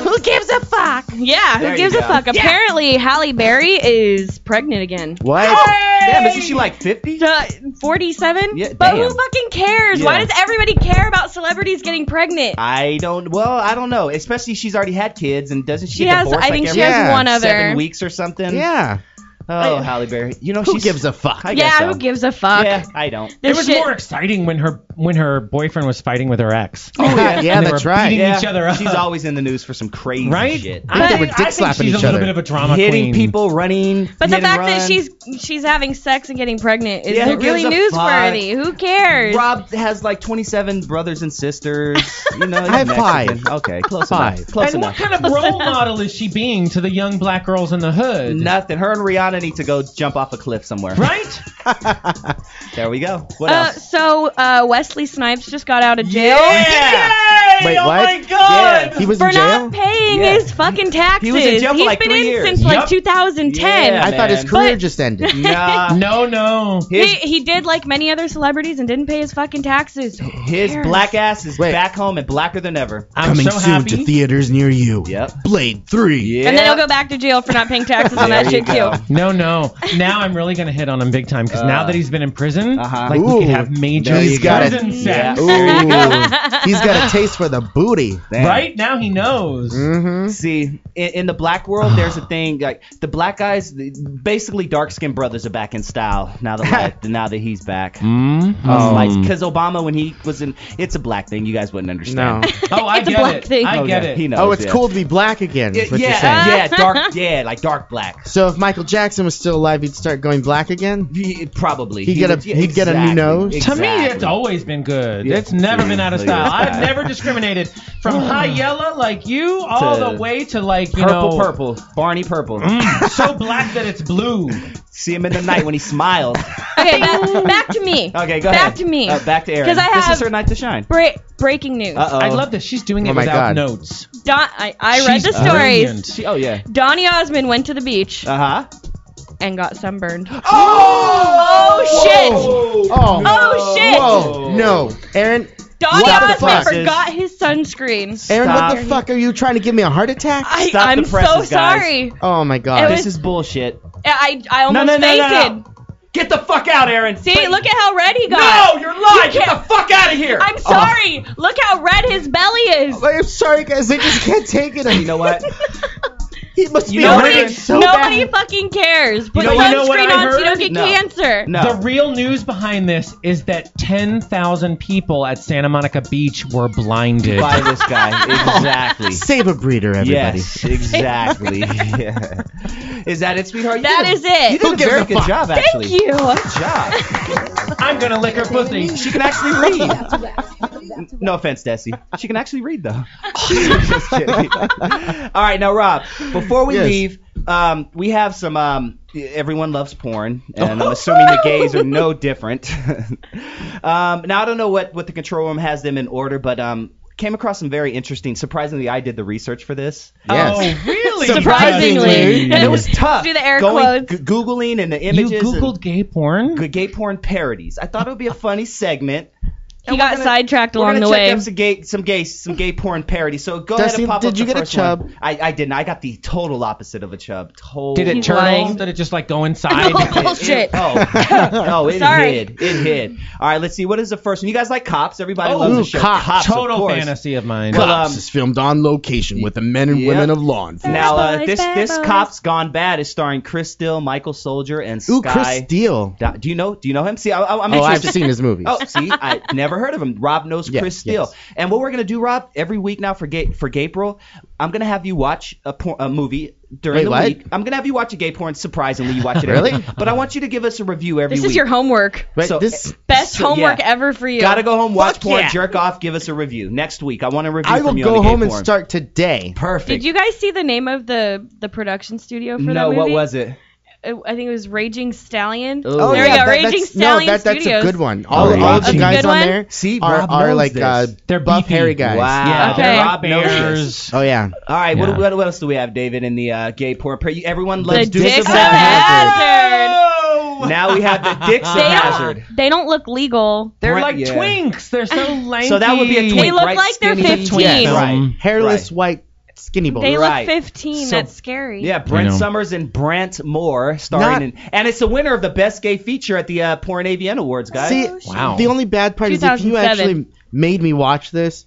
Speaker 5: Who gives a fuck? Yeah, who
Speaker 3: There you
Speaker 5: gives a
Speaker 3: go.
Speaker 5: fuck?
Speaker 3: Yeah.
Speaker 5: Apparently, Halle Berry is pregnant again.
Speaker 4: What?
Speaker 3: Oh, Damn, isn't she like 50?
Speaker 5: Uh, 47?
Speaker 3: Yeah,
Speaker 5: but who
Speaker 3: damn.
Speaker 5: fucking cares? Why
Speaker 3: Yeah.
Speaker 5: does everybody care about celebrities getting pregnant?
Speaker 3: I don't. Well, I don't know. Especially she's already had kids, and doesn't she,
Speaker 5: She
Speaker 3: get
Speaker 5: has-
Speaker 3: divorced
Speaker 5: I
Speaker 3: like
Speaker 5: think she
Speaker 3: every
Speaker 5: has one other.
Speaker 3: seven weeks or something?
Speaker 4: Yeah.
Speaker 3: Oh, Halle Berry. You know
Speaker 4: Who
Speaker 3: she's,
Speaker 4: gives a fuck?
Speaker 3: I guess
Speaker 5: yeah,
Speaker 3: so.
Speaker 5: who gives a fuck?
Speaker 3: Yeah, I don't.
Speaker 13: It
Speaker 5: This
Speaker 13: was
Speaker 5: shit-
Speaker 13: more exciting when her when her boyfriend was fighting with her ex.
Speaker 4: Oh, yeah,
Speaker 13: (laughs)
Speaker 4: yeah
Speaker 13: And they
Speaker 4: that's
Speaker 13: were
Speaker 4: right.
Speaker 13: beating
Speaker 3: Yeah,
Speaker 13: each other up.
Speaker 3: She's always in the news for some crazy
Speaker 13: right?
Speaker 3: shit.
Speaker 13: I
Speaker 4: They were
Speaker 13: think,
Speaker 4: dick
Speaker 13: I think
Speaker 4: slapping
Speaker 13: she's
Speaker 4: each
Speaker 13: a little
Speaker 4: other.
Speaker 13: bit of a drama
Speaker 3: hitting
Speaker 13: queen.
Speaker 3: people, running.
Speaker 5: But the
Speaker 3: hit and
Speaker 5: fact that
Speaker 3: run.
Speaker 5: she's she's having sex and getting pregnant is
Speaker 3: Yeah, who
Speaker 5: it really
Speaker 3: gives a
Speaker 5: newsworthy. Who cares?
Speaker 3: Rob has like 27 brothers and sisters.
Speaker 13: (laughs)
Speaker 3: You know, he's
Speaker 4: I have five.
Speaker 3: Mexican. Okay, close
Speaker 4: Five.
Speaker 3: enough. Close
Speaker 13: and
Speaker 3: enough.
Speaker 13: what kind of (laughs) role model is she being to the young black girls in the hood?
Speaker 3: Nothing. Her and Rihanna need to go jump off a cliff somewhere.
Speaker 13: Right?
Speaker 3: (laughs) There we go. What
Speaker 5: Uh,
Speaker 3: else?
Speaker 5: so uh, Wesley Snipes just got out of jail
Speaker 4: Wait, oh
Speaker 5: oh
Speaker 4: what?
Speaker 3: God!
Speaker 4: He was
Speaker 5: for
Speaker 4: in jail?
Speaker 5: not paying
Speaker 3: Yeah.
Speaker 5: his fucking taxes.
Speaker 3: He was in jail for
Speaker 5: He's
Speaker 3: like
Speaker 5: been
Speaker 3: three
Speaker 5: in
Speaker 3: years.
Speaker 5: since like
Speaker 3: Yup.
Speaker 5: 2010.
Speaker 3: Yeah,
Speaker 4: I thought his
Speaker 3: man.
Speaker 4: career just
Speaker 3: (laughs)
Speaker 4: ended.
Speaker 3: Nah.
Speaker 13: No, no.
Speaker 3: His,
Speaker 5: he, he did like many other celebrities and didn't pay his fucking taxes. Who
Speaker 3: his
Speaker 5: cares?
Speaker 3: black ass is
Speaker 4: Wait.
Speaker 3: back home and blacker than ever.
Speaker 13: I'm so happy.
Speaker 4: theaters near you.
Speaker 3: Yep.
Speaker 4: Blade 3.
Speaker 3: Yeah.
Speaker 5: And then he'll go back to jail for not paying taxes on
Speaker 3: There
Speaker 5: that
Speaker 3: you
Speaker 5: shit
Speaker 3: go.
Speaker 5: too.
Speaker 13: No, no. Now I'm really gonna hit on him big time because now
Speaker 3: Uh,
Speaker 13: that he's been in prison,
Speaker 3: uh-huh.
Speaker 13: like we could
Speaker 4: Ooh,
Speaker 13: have major
Speaker 4: there you
Speaker 13: prison
Speaker 4: go.
Speaker 3: Yeah.
Speaker 13: sex. (laughs)
Speaker 4: Ooh. He's got a taste for the booty.
Speaker 3: Damn.
Speaker 13: Right now he knows.
Speaker 4: Mm-hmm.
Speaker 3: See, in, in the black world, there's a thing like the black guys, basically dark skinned brothers are back in style now
Speaker 4: (laughs)
Speaker 3: that now that he's back.
Speaker 4: Um,
Speaker 3: Because Obama, when he was in, it's a black thing. You guys wouldn't understand.
Speaker 4: No.
Speaker 13: (laughs) Oh, I
Speaker 5: It's a
Speaker 13: get
Speaker 5: black
Speaker 13: it.
Speaker 5: thing.
Speaker 13: I
Speaker 3: Oh,
Speaker 13: get
Speaker 3: yeah,
Speaker 13: it.
Speaker 3: He knows.
Speaker 4: Oh, it's
Speaker 3: yeah.
Speaker 4: cool to be black again.
Speaker 3: Yeah,
Speaker 4: is what you're saying.
Speaker 3: yeah,
Speaker 5: (laughs)
Speaker 3: yeah, dark, yeah, like dark black.
Speaker 4: So if Michael Jackson was still alive, he'd start going black again.
Speaker 3: He- probably.
Speaker 4: He'd
Speaker 3: He
Speaker 4: get a-
Speaker 3: would- yeah,
Speaker 4: he'd get a new
Speaker 13: To
Speaker 4: nose?
Speaker 13: me,
Speaker 3: exactly.
Speaker 13: it's always been good.
Speaker 3: Yeah.
Speaker 13: It's never been out of
Speaker 3: Look at
Speaker 13: style.
Speaker 3: this
Speaker 13: I've
Speaker 3: guy.
Speaker 13: never discriminated from high yellow like you all
Speaker 3: To
Speaker 13: the way to like you
Speaker 3: purple,
Speaker 13: know
Speaker 3: purple, Barney purple.
Speaker 13: Mm,
Speaker 3: (laughs)
Speaker 13: so black that it's blue.
Speaker 3: See him in the night when he smiles.
Speaker 5: Okay, back, back to me.
Speaker 3: (laughs) Okay, go
Speaker 5: Back
Speaker 3: ahead.
Speaker 5: to me.
Speaker 3: Uh, back to Aaron.
Speaker 5: 'Cause I
Speaker 3: this
Speaker 5: have-
Speaker 3: is her night to shine.
Speaker 5: Bra- breaking news.
Speaker 3: Uh oh.
Speaker 13: I love that she's doing it
Speaker 4: Oh my
Speaker 13: without
Speaker 4: God.
Speaker 13: notes.
Speaker 5: Don- I, I read the
Speaker 13: She's
Speaker 5: stories.
Speaker 13: brilliant.
Speaker 3: She, oh yeah.
Speaker 5: Donny Osmond went to the beach
Speaker 3: Uh huh.
Speaker 5: and got
Speaker 3: (gasps)
Speaker 5: sunburned.
Speaker 3: Oh!
Speaker 5: Oh, shit!
Speaker 4: Oh.
Speaker 5: Oh, shit!
Speaker 4: Whoa. No, Aaron.
Speaker 5: Donny
Speaker 4: What the
Speaker 5: Osmond
Speaker 4: fuck?
Speaker 5: forgot his sunscreen.
Speaker 4: Aaron,
Speaker 3: Stop.
Speaker 4: what the fuck are you trying to give me a heart attack?
Speaker 5: I,
Speaker 3: Stop the
Speaker 5: I'm
Speaker 3: presses,
Speaker 5: so
Speaker 3: guys.
Speaker 5: sorry.
Speaker 4: oh my god.
Speaker 5: It
Speaker 3: This
Speaker 5: was-
Speaker 3: is bullshit.
Speaker 5: I, I
Speaker 3: No,
Speaker 5: almost
Speaker 3: no, no, no,
Speaker 5: fainted.
Speaker 3: no. Get the fuck out, Aaron.
Speaker 5: See,
Speaker 3: But-
Speaker 5: look at how red he got.
Speaker 3: No, you're lying. Get the fuck out of here. Oh.
Speaker 5: I'm sorry. Look how red his belly is.
Speaker 4: I'm sorry, guys. I just can't take it.
Speaker 3: You know what?
Speaker 4: (laughs) He must
Speaker 13: You
Speaker 4: be
Speaker 13: know
Speaker 4: hurting
Speaker 13: what?
Speaker 4: so
Speaker 5: Nobody
Speaker 4: bad.
Speaker 5: fucking cares. Put
Speaker 13: You know- you know what
Speaker 5: sunscreen
Speaker 13: I
Speaker 5: on so you
Speaker 13: heard?
Speaker 5: don't get
Speaker 13: No.
Speaker 5: cancer.
Speaker 13: The real news behind this is that 10,000 people at Santa Monica Beach were blinded
Speaker 3: By this guy.
Speaker 13: (laughs)
Speaker 3: Exactly.
Speaker 4: Save a breeder,
Speaker 20: Mm-hmm.
Speaker 4: everybody.
Speaker 13: (laughs)
Speaker 3: Yes, exactly. Yeah. Oh, Is that it, sweetheart?
Speaker 5: That
Speaker 3: That is
Speaker 5: is it.
Speaker 3: You
Speaker 5: Who
Speaker 3: did a
Speaker 5: gives
Speaker 3: very
Speaker 5: a
Speaker 3: good
Speaker 5: fuck?
Speaker 3: job,
Speaker 5: Thank
Speaker 3: actually.
Speaker 5: you.
Speaker 3: Good job.
Speaker 5: (laughs)
Speaker 13: I'm gonna lick her pussy.
Speaker 3: She can actually read. No
Speaker 5: (laughs)
Speaker 3: offense, Desi. She can actually read though. (laughs) Just kidding. (laughs) All right, now Rob, before we
Speaker 4: Yes.
Speaker 3: leave, um, we have some. Um, everyone loves porn, and I'm assuming the gays are no different. (laughs) um, now I don't know what what the control room has them in order, but um, came across some very interesting. Surprisingly, I did the research for this.
Speaker 13: (laughs) Oh, really?
Speaker 3: Surprisingly. And it was tough.
Speaker 5: Do the air
Speaker 3: Going,
Speaker 5: quotes.
Speaker 3: g- Googling and the images.
Speaker 13: Googled gay porn?
Speaker 3: Gay porn parodies. I thought it would be a funny segment.
Speaker 5: He got sidetracked
Speaker 3: We're
Speaker 5: along
Speaker 3: gonna
Speaker 5: the
Speaker 3: check
Speaker 5: way.
Speaker 3: Up some gay, some gay, some gay porn parodies. So go ahead
Speaker 4: Dustin,
Speaker 3: and pop
Speaker 4: did
Speaker 3: up
Speaker 4: you
Speaker 3: the
Speaker 4: get a
Speaker 3: first
Speaker 4: chub?
Speaker 3: one. I, I didn't. I got the total opposite of a chub. Total.
Speaker 13: Did it turn off?
Speaker 3: (laughs)
Speaker 13: Did it just like go inside?
Speaker 5: Bullshit.
Speaker 3: Oh,
Speaker 5: (laughs)
Speaker 3: oh, it
Speaker 13: Sorry.
Speaker 3: hid. It hid. All right, let's see. What is the first one? You guys like cops? Everybody
Speaker 13: Oh,
Speaker 3: loves the
Speaker 13: ooh,
Speaker 3: show.
Speaker 13: Cops.
Speaker 3: of
Speaker 13: Total
Speaker 3: course.
Speaker 13: fantasy of mine.
Speaker 3: But,
Speaker 4: Cops
Speaker 3: um,
Speaker 4: is filmed on location with the men and
Speaker 3: Yep.
Speaker 4: women of law enforcement.
Speaker 3: Now, uh,
Speaker 4: boys,
Speaker 3: this
Speaker 4: bad
Speaker 3: this
Speaker 4: boys.
Speaker 3: cops gone bad is starring Chris Steele, Michael Soldier, and Sky.
Speaker 4: Ooh, Chris Steele.
Speaker 3: Da- Do you know? Do you know him? See, I, I, I'm
Speaker 4: Oh, I've
Speaker 3: interested.
Speaker 4: seen his movies.
Speaker 3: Oh, see, I never heard of him. Rob knows
Speaker 4: Yeah,
Speaker 3: Chris Steele. And what we're gonna do, Rob, every week now for Ga- for Gabriel, I'm gonna have you watch a, por- a movie during
Speaker 4: Wait,
Speaker 3: the
Speaker 4: what?
Speaker 3: week. I'm gonna have you watch a gay porn. Surprisingly, you watch it
Speaker 4: Really?
Speaker 3: every week. But I want you to give us a review every
Speaker 5: This
Speaker 3: week. eh,
Speaker 5: is your homework.
Speaker 4: Wait, this
Speaker 5: Best
Speaker 3: so,
Speaker 5: homework
Speaker 3: yeah.
Speaker 5: ever for you.
Speaker 3: Gotta go home, watch
Speaker 5: Fuck
Speaker 3: porn,
Speaker 5: yeah.
Speaker 3: jerk off, give us a review next week. I want a review
Speaker 4: I will
Speaker 3: from you on
Speaker 4: go
Speaker 3: the gay
Speaker 4: home and
Speaker 3: porn.
Speaker 4: start today.
Speaker 3: Perfect.
Speaker 5: Did you guys see the name of the the production studio for that
Speaker 3: no,
Speaker 5: movie?
Speaker 3: what was it?
Speaker 5: Uh, I think it was Raging Stallion.
Speaker 4: Oh,
Speaker 5: there
Speaker 4: yeah,
Speaker 5: we go,
Speaker 4: that-
Speaker 5: Raging
Speaker 4: that's,
Speaker 5: Stallion
Speaker 4: no, that, that's
Speaker 5: Studios.
Speaker 4: a good one. All,
Speaker 3: Oh,
Speaker 4: all the
Speaker 3: Raging.
Speaker 4: guys
Speaker 5: Good
Speaker 4: on
Speaker 5: one?
Speaker 4: there
Speaker 3: See,
Speaker 4: are,
Speaker 3: Rob
Speaker 4: are
Speaker 3: knows
Speaker 4: like
Speaker 3: this.
Speaker 4: uh,
Speaker 13: They're
Speaker 4: buff,
Speaker 13: beefy.
Speaker 4: hairy guys.
Speaker 3: Wow.
Speaker 4: Yeah.
Speaker 5: Okay.
Speaker 3: Rob knows this.
Speaker 13: Bears.
Speaker 4: Oh yeah.
Speaker 3: All right,
Speaker 13: Yeah.
Speaker 3: what, what, what else do we have, David, in the uh, gay porn? Pre- everyone
Speaker 5: The
Speaker 3: loves
Speaker 5: Dicks
Speaker 3: Dukes
Speaker 5: of
Speaker 3: of Hazzard.
Speaker 5: Hazard.
Speaker 3: Now we have the Dicks of
Speaker 5: They
Speaker 3: Hazard.
Speaker 5: don't, they don't look legal.
Speaker 13: They're
Speaker 3: Right,
Speaker 13: like
Speaker 3: yeah.
Speaker 13: twinks.
Speaker 5: (laughs)
Speaker 13: They're so lanky.
Speaker 3: So that would be a twink,
Speaker 5: They look
Speaker 3: right?
Speaker 5: like they're
Speaker 3: Skinny-
Speaker 5: 15.
Speaker 3: Yes.
Speaker 13: Um,
Speaker 3: Right.
Speaker 4: Hairless white skinny boy.
Speaker 5: They
Speaker 3: Right.
Speaker 5: look 15.
Speaker 3: So-
Speaker 5: That's scary.
Speaker 3: Yeah, Brent
Speaker 13: know.
Speaker 3: Summers and Brant Moore starring
Speaker 4: Not-
Speaker 3: in, and it's the winner of the best gay feature at the uh, Porn AVN Awards, guys.
Speaker 4: See,
Speaker 13: Wow.
Speaker 4: the only bad part is if you
Speaker 5: 2007.
Speaker 4: actually made me watch this,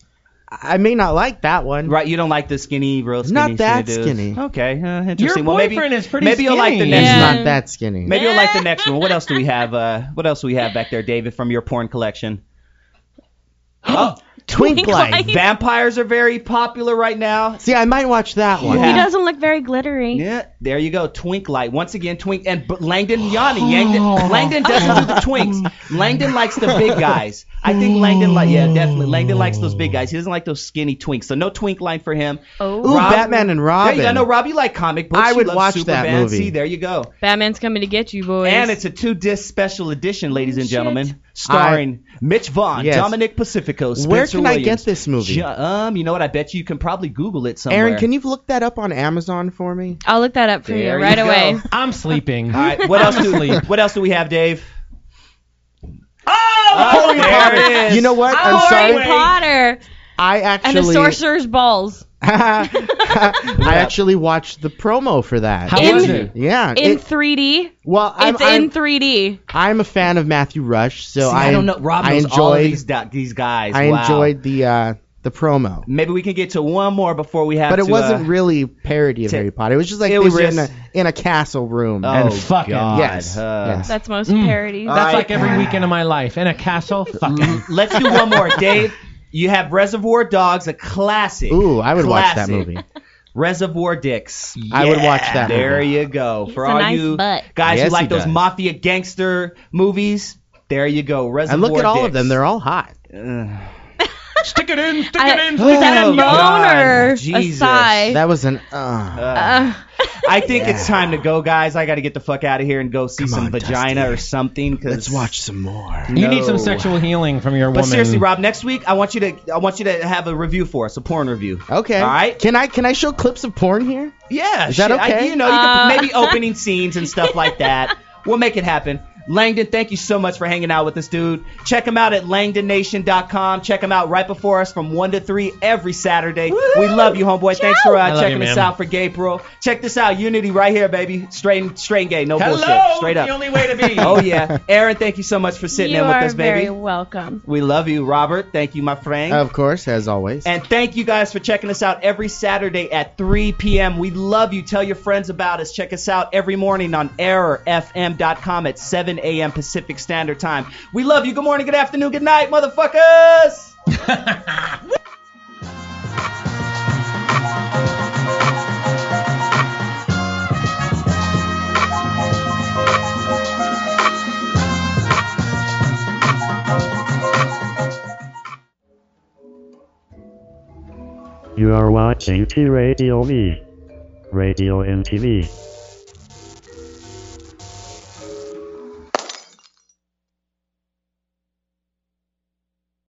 Speaker 4: I may not like that one.
Speaker 3: Right, you don't like the skinny, real skinny.
Speaker 4: Not that
Speaker 3: dudes.
Speaker 4: skinny.
Speaker 3: Okay, uh,
Speaker 13: Your
Speaker 3: interesting. well, maybe,
Speaker 13: boyfriend is pretty
Speaker 3: Maybe you'll like the
Speaker 13: skinny.
Speaker 3: next
Speaker 5: Yeah.
Speaker 3: one.
Speaker 4: Not that skinny.
Speaker 3: Maybe
Speaker 13: (laughs)
Speaker 3: you'll like the next one. What else do we have? Uh, what else do we have back there, David, from your porn collection? Oh,
Speaker 4: (gasps)
Speaker 3: (gasps)
Speaker 4: Twink light.
Speaker 3: vampires are very popular right now.
Speaker 4: See, I might watch that one.
Speaker 5: He
Speaker 3: Yeah.
Speaker 5: doesn't look very glittery.
Speaker 3: Yeah, there you go. Twink light. Once again, twink and B- Langdon
Speaker 4: (sighs)
Speaker 3: Yanni. Langdon, Langdon doesn't do the twinks. Langdon likes the big guys. I think Langdon like yeah, definitely. Langdon likes those big guys. He doesn't like those skinny twinks. So no twink line for him.
Speaker 5: Oh.
Speaker 4: Ooh,
Speaker 3: Rob-
Speaker 4: Batman and Robin.
Speaker 3: Yeah, you- I know Rob, you like comic books.
Speaker 4: I
Speaker 3: You
Speaker 4: would
Speaker 3: love
Speaker 4: watch
Speaker 3: Superman.
Speaker 4: that movie.
Speaker 3: See, there you go.
Speaker 5: Batman's coming to get you, boys.
Speaker 3: And it's a two disc special edition, ladies and
Speaker 5: Shit.
Speaker 3: gentlemen, starring Mitch Vaughn,
Speaker 4: Yes.
Speaker 3: Dominic Pacifico, Spencer
Speaker 4: Where can I
Speaker 3: Williams.
Speaker 4: get this movie?
Speaker 3: Ju- um, you know what? I bet you can probably Google it somewhere.
Speaker 4: Aaron, can you look that up on Amazon for
Speaker 5: (laughs)
Speaker 4: me? (laughs)
Speaker 5: I'll look that up for
Speaker 3: There
Speaker 5: you
Speaker 3: you
Speaker 5: right
Speaker 3: go. (laughs)
Speaker 5: away.
Speaker 13: I'm sleeping.
Speaker 3: All right, what else do we,
Speaker 13: Honestly.
Speaker 3: what else do we have, Dave?
Speaker 13: Oh,
Speaker 4: Harry
Speaker 3: Oh, there
Speaker 4: Potter.
Speaker 3: it is.
Speaker 4: You know what? I'm
Speaker 5: Harry
Speaker 4: sorry.
Speaker 5: Potter
Speaker 4: I
Speaker 5: and
Speaker 4: actually
Speaker 5: the Sorcerer's Balls.
Speaker 4: I actually watched the promo for that.
Speaker 13: How
Speaker 5: In-
Speaker 13: was it?
Speaker 4: yeah.
Speaker 5: In
Speaker 4: it-
Speaker 5: 3D.
Speaker 4: well, I'm,
Speaker 5: It's in
Speaker 4: I'm,
Speaker 5: 3D.
Speaker 4: I'm a fan of Matthew Rush, so
Speaker 3: See,
Speaker 4: I,
Speaker 3: I don't know. Rob
Speaker 4: I
Speaker 3: knows
Speaker 4: enjoyed
Speaker 3: all of these, do- these guys.
Speaker 4: I
Speaker 3: wow.
Speaker 4: enjoyed the uh, the promo.
Speaker 3: Maybe we can get to one more before we have.
Speaker 4: But it
Speaker 3: to,
Speaker 4: wasn't
Speaker 3: uh,
Speaker 4: really parody of
Speaker 3: to-
Speaker 4: Harry Potter. It was just like
Speaker 3: it
Speaker 4: they
Speaker 3: was
Speaker 4: were in
Speaker 3: just-
Speaker 4: a in a castle room.
Speaker 3: oh,
Speaker 13: and fucking-
Speaker 3: God.
Speaker 4: Yes,
Speaker 3: Uh,
Speaker 4: yes.
Speaker 5: That's most
Speaker 13: Mm.
Speaker 5: parodies.
Speaker 3: Uh,
Speaker 13: That's
Speaker 3: All
Speaker 13: like
Speaker 3: right.
Speaker 13: every weekend of my life. In a castle, fucking.
Speaker 3: Let's do one
Speaker 4: (laughs)
Speaker 3: more, Dave. You have Reservoir Dogs, a classic.
Speaker 4: Ooh, I would watch that
Speaker 3: Classic.
Speaker 4: movie.
Speaker 3: Reservoir Dicks.
Speaker 4: I would watch
Speaker 3: Yeah,
Speaker 4: that movie.
Speaker 3: There you go.
Speaker 5: He's
Speaker 3: For
Speaker 5: a
Speaker 3: all
Speaker 5: nice
Speaker 3: you
Speaker 5: butt.
Speaker 3: guys
Speaker 4: Yes,
Speaker 3: who
Speaker 4: he
Speaker 3: like those
Speaker 4: does.
Speaker 3: mafia gangster movies, there you go. Reservoir
Speaker 4: And look at all of
Speaker 3: Dicks.
Speaker 4: them; they're all hot.
Speaker 3: Ugh.
Speaker 13: stick it in, stick
Speaker 5: I-
Speaker 13: it
Speaker 4: Oh
Speaker 13: in,
Speaker 5: was
Speaker 13: stick
Speaker 5: that
Speaker 13: it
Speaker 5: a
Speaker 13: in.
Speaker 3: no. God,
Speaker 5: moan or a
Speaker 3: Jesus.
Speaker 5: sigh?
Speaker 4: That was an uh. (laughs)
Speaker 5: Uh,
Speaker 3: I think it's time to go, guys. I got to get the fuck out of here and go see some
Speaker 4: on,
Speaker 3: vagina
Speaker 4: Dusty.
Speaker 3: or something. Cause
Speaker 4: Let's watch some more.
Speaker 13: You need some
Speaker 3: No.
Speaker 13: sexual healing from your
Speaker 3: But
Speaker 13: woman.
Speaker 3: seriously, Rob, next week I want you to I want you to have a review for us, a porn review.
Speaker 4: Okay.
Speaker 3: All right.
Speaker 4: Can I can I show clips of porn here?
Speaker 3: Yeah.
Speaker 4: Is that
Speaker 3: shit, I-
Speaker 4: okay?
Speaker 3: (laughs) you know, you can
Speaker 5: Uh, (laughs)
Speaker 3: maybe opening scenes and stuff like that. We'll make it happen. Langdon, thank you so much for hanging out with us, dude. Check him out at langdonnation.com. Check him out right before us from 1 to 3 every Saturday. We love you, homeboy. Thanks for
Speaker 13: I
Speaker 3: uh,
Speaker 13: love
Speaker 3: checking
Speaker 13: you,
Speaker 3: us
Speaker 13: man.
Speaker 3: out for Gabriel. Check this out. Unity right here, baby. Straight, and- straight and gay. No
Speaker 13: Hello,
Speaker 3: bullshit. Straight
Speaker 13: the
Speaker 3: up.
Speaker 13: only way to be.
Speaker 3: (laughs) oh, yeah. Aaron, thank you so much for sitting
Speaker 5: you
Speaker 3: in with
Speaker 5: are
Speaker 3: us, baby.
Speaker 5: very welcome.
Speaker 3: We love you, Robert. Thank you, my friend.
Speaker 4: Of course, as always.
Speaker 3: And thank you guys for checking us out every Saturday at 3 p.m. We love you. Tell your friends about us. Check us out every morning on errorfm.com at 7 a.m. Pacific Standard Time. We love you. Good morning, good afternoon, good night, motherfuckers.
Speaker 2: You are watching T Radio V. Radio and TV.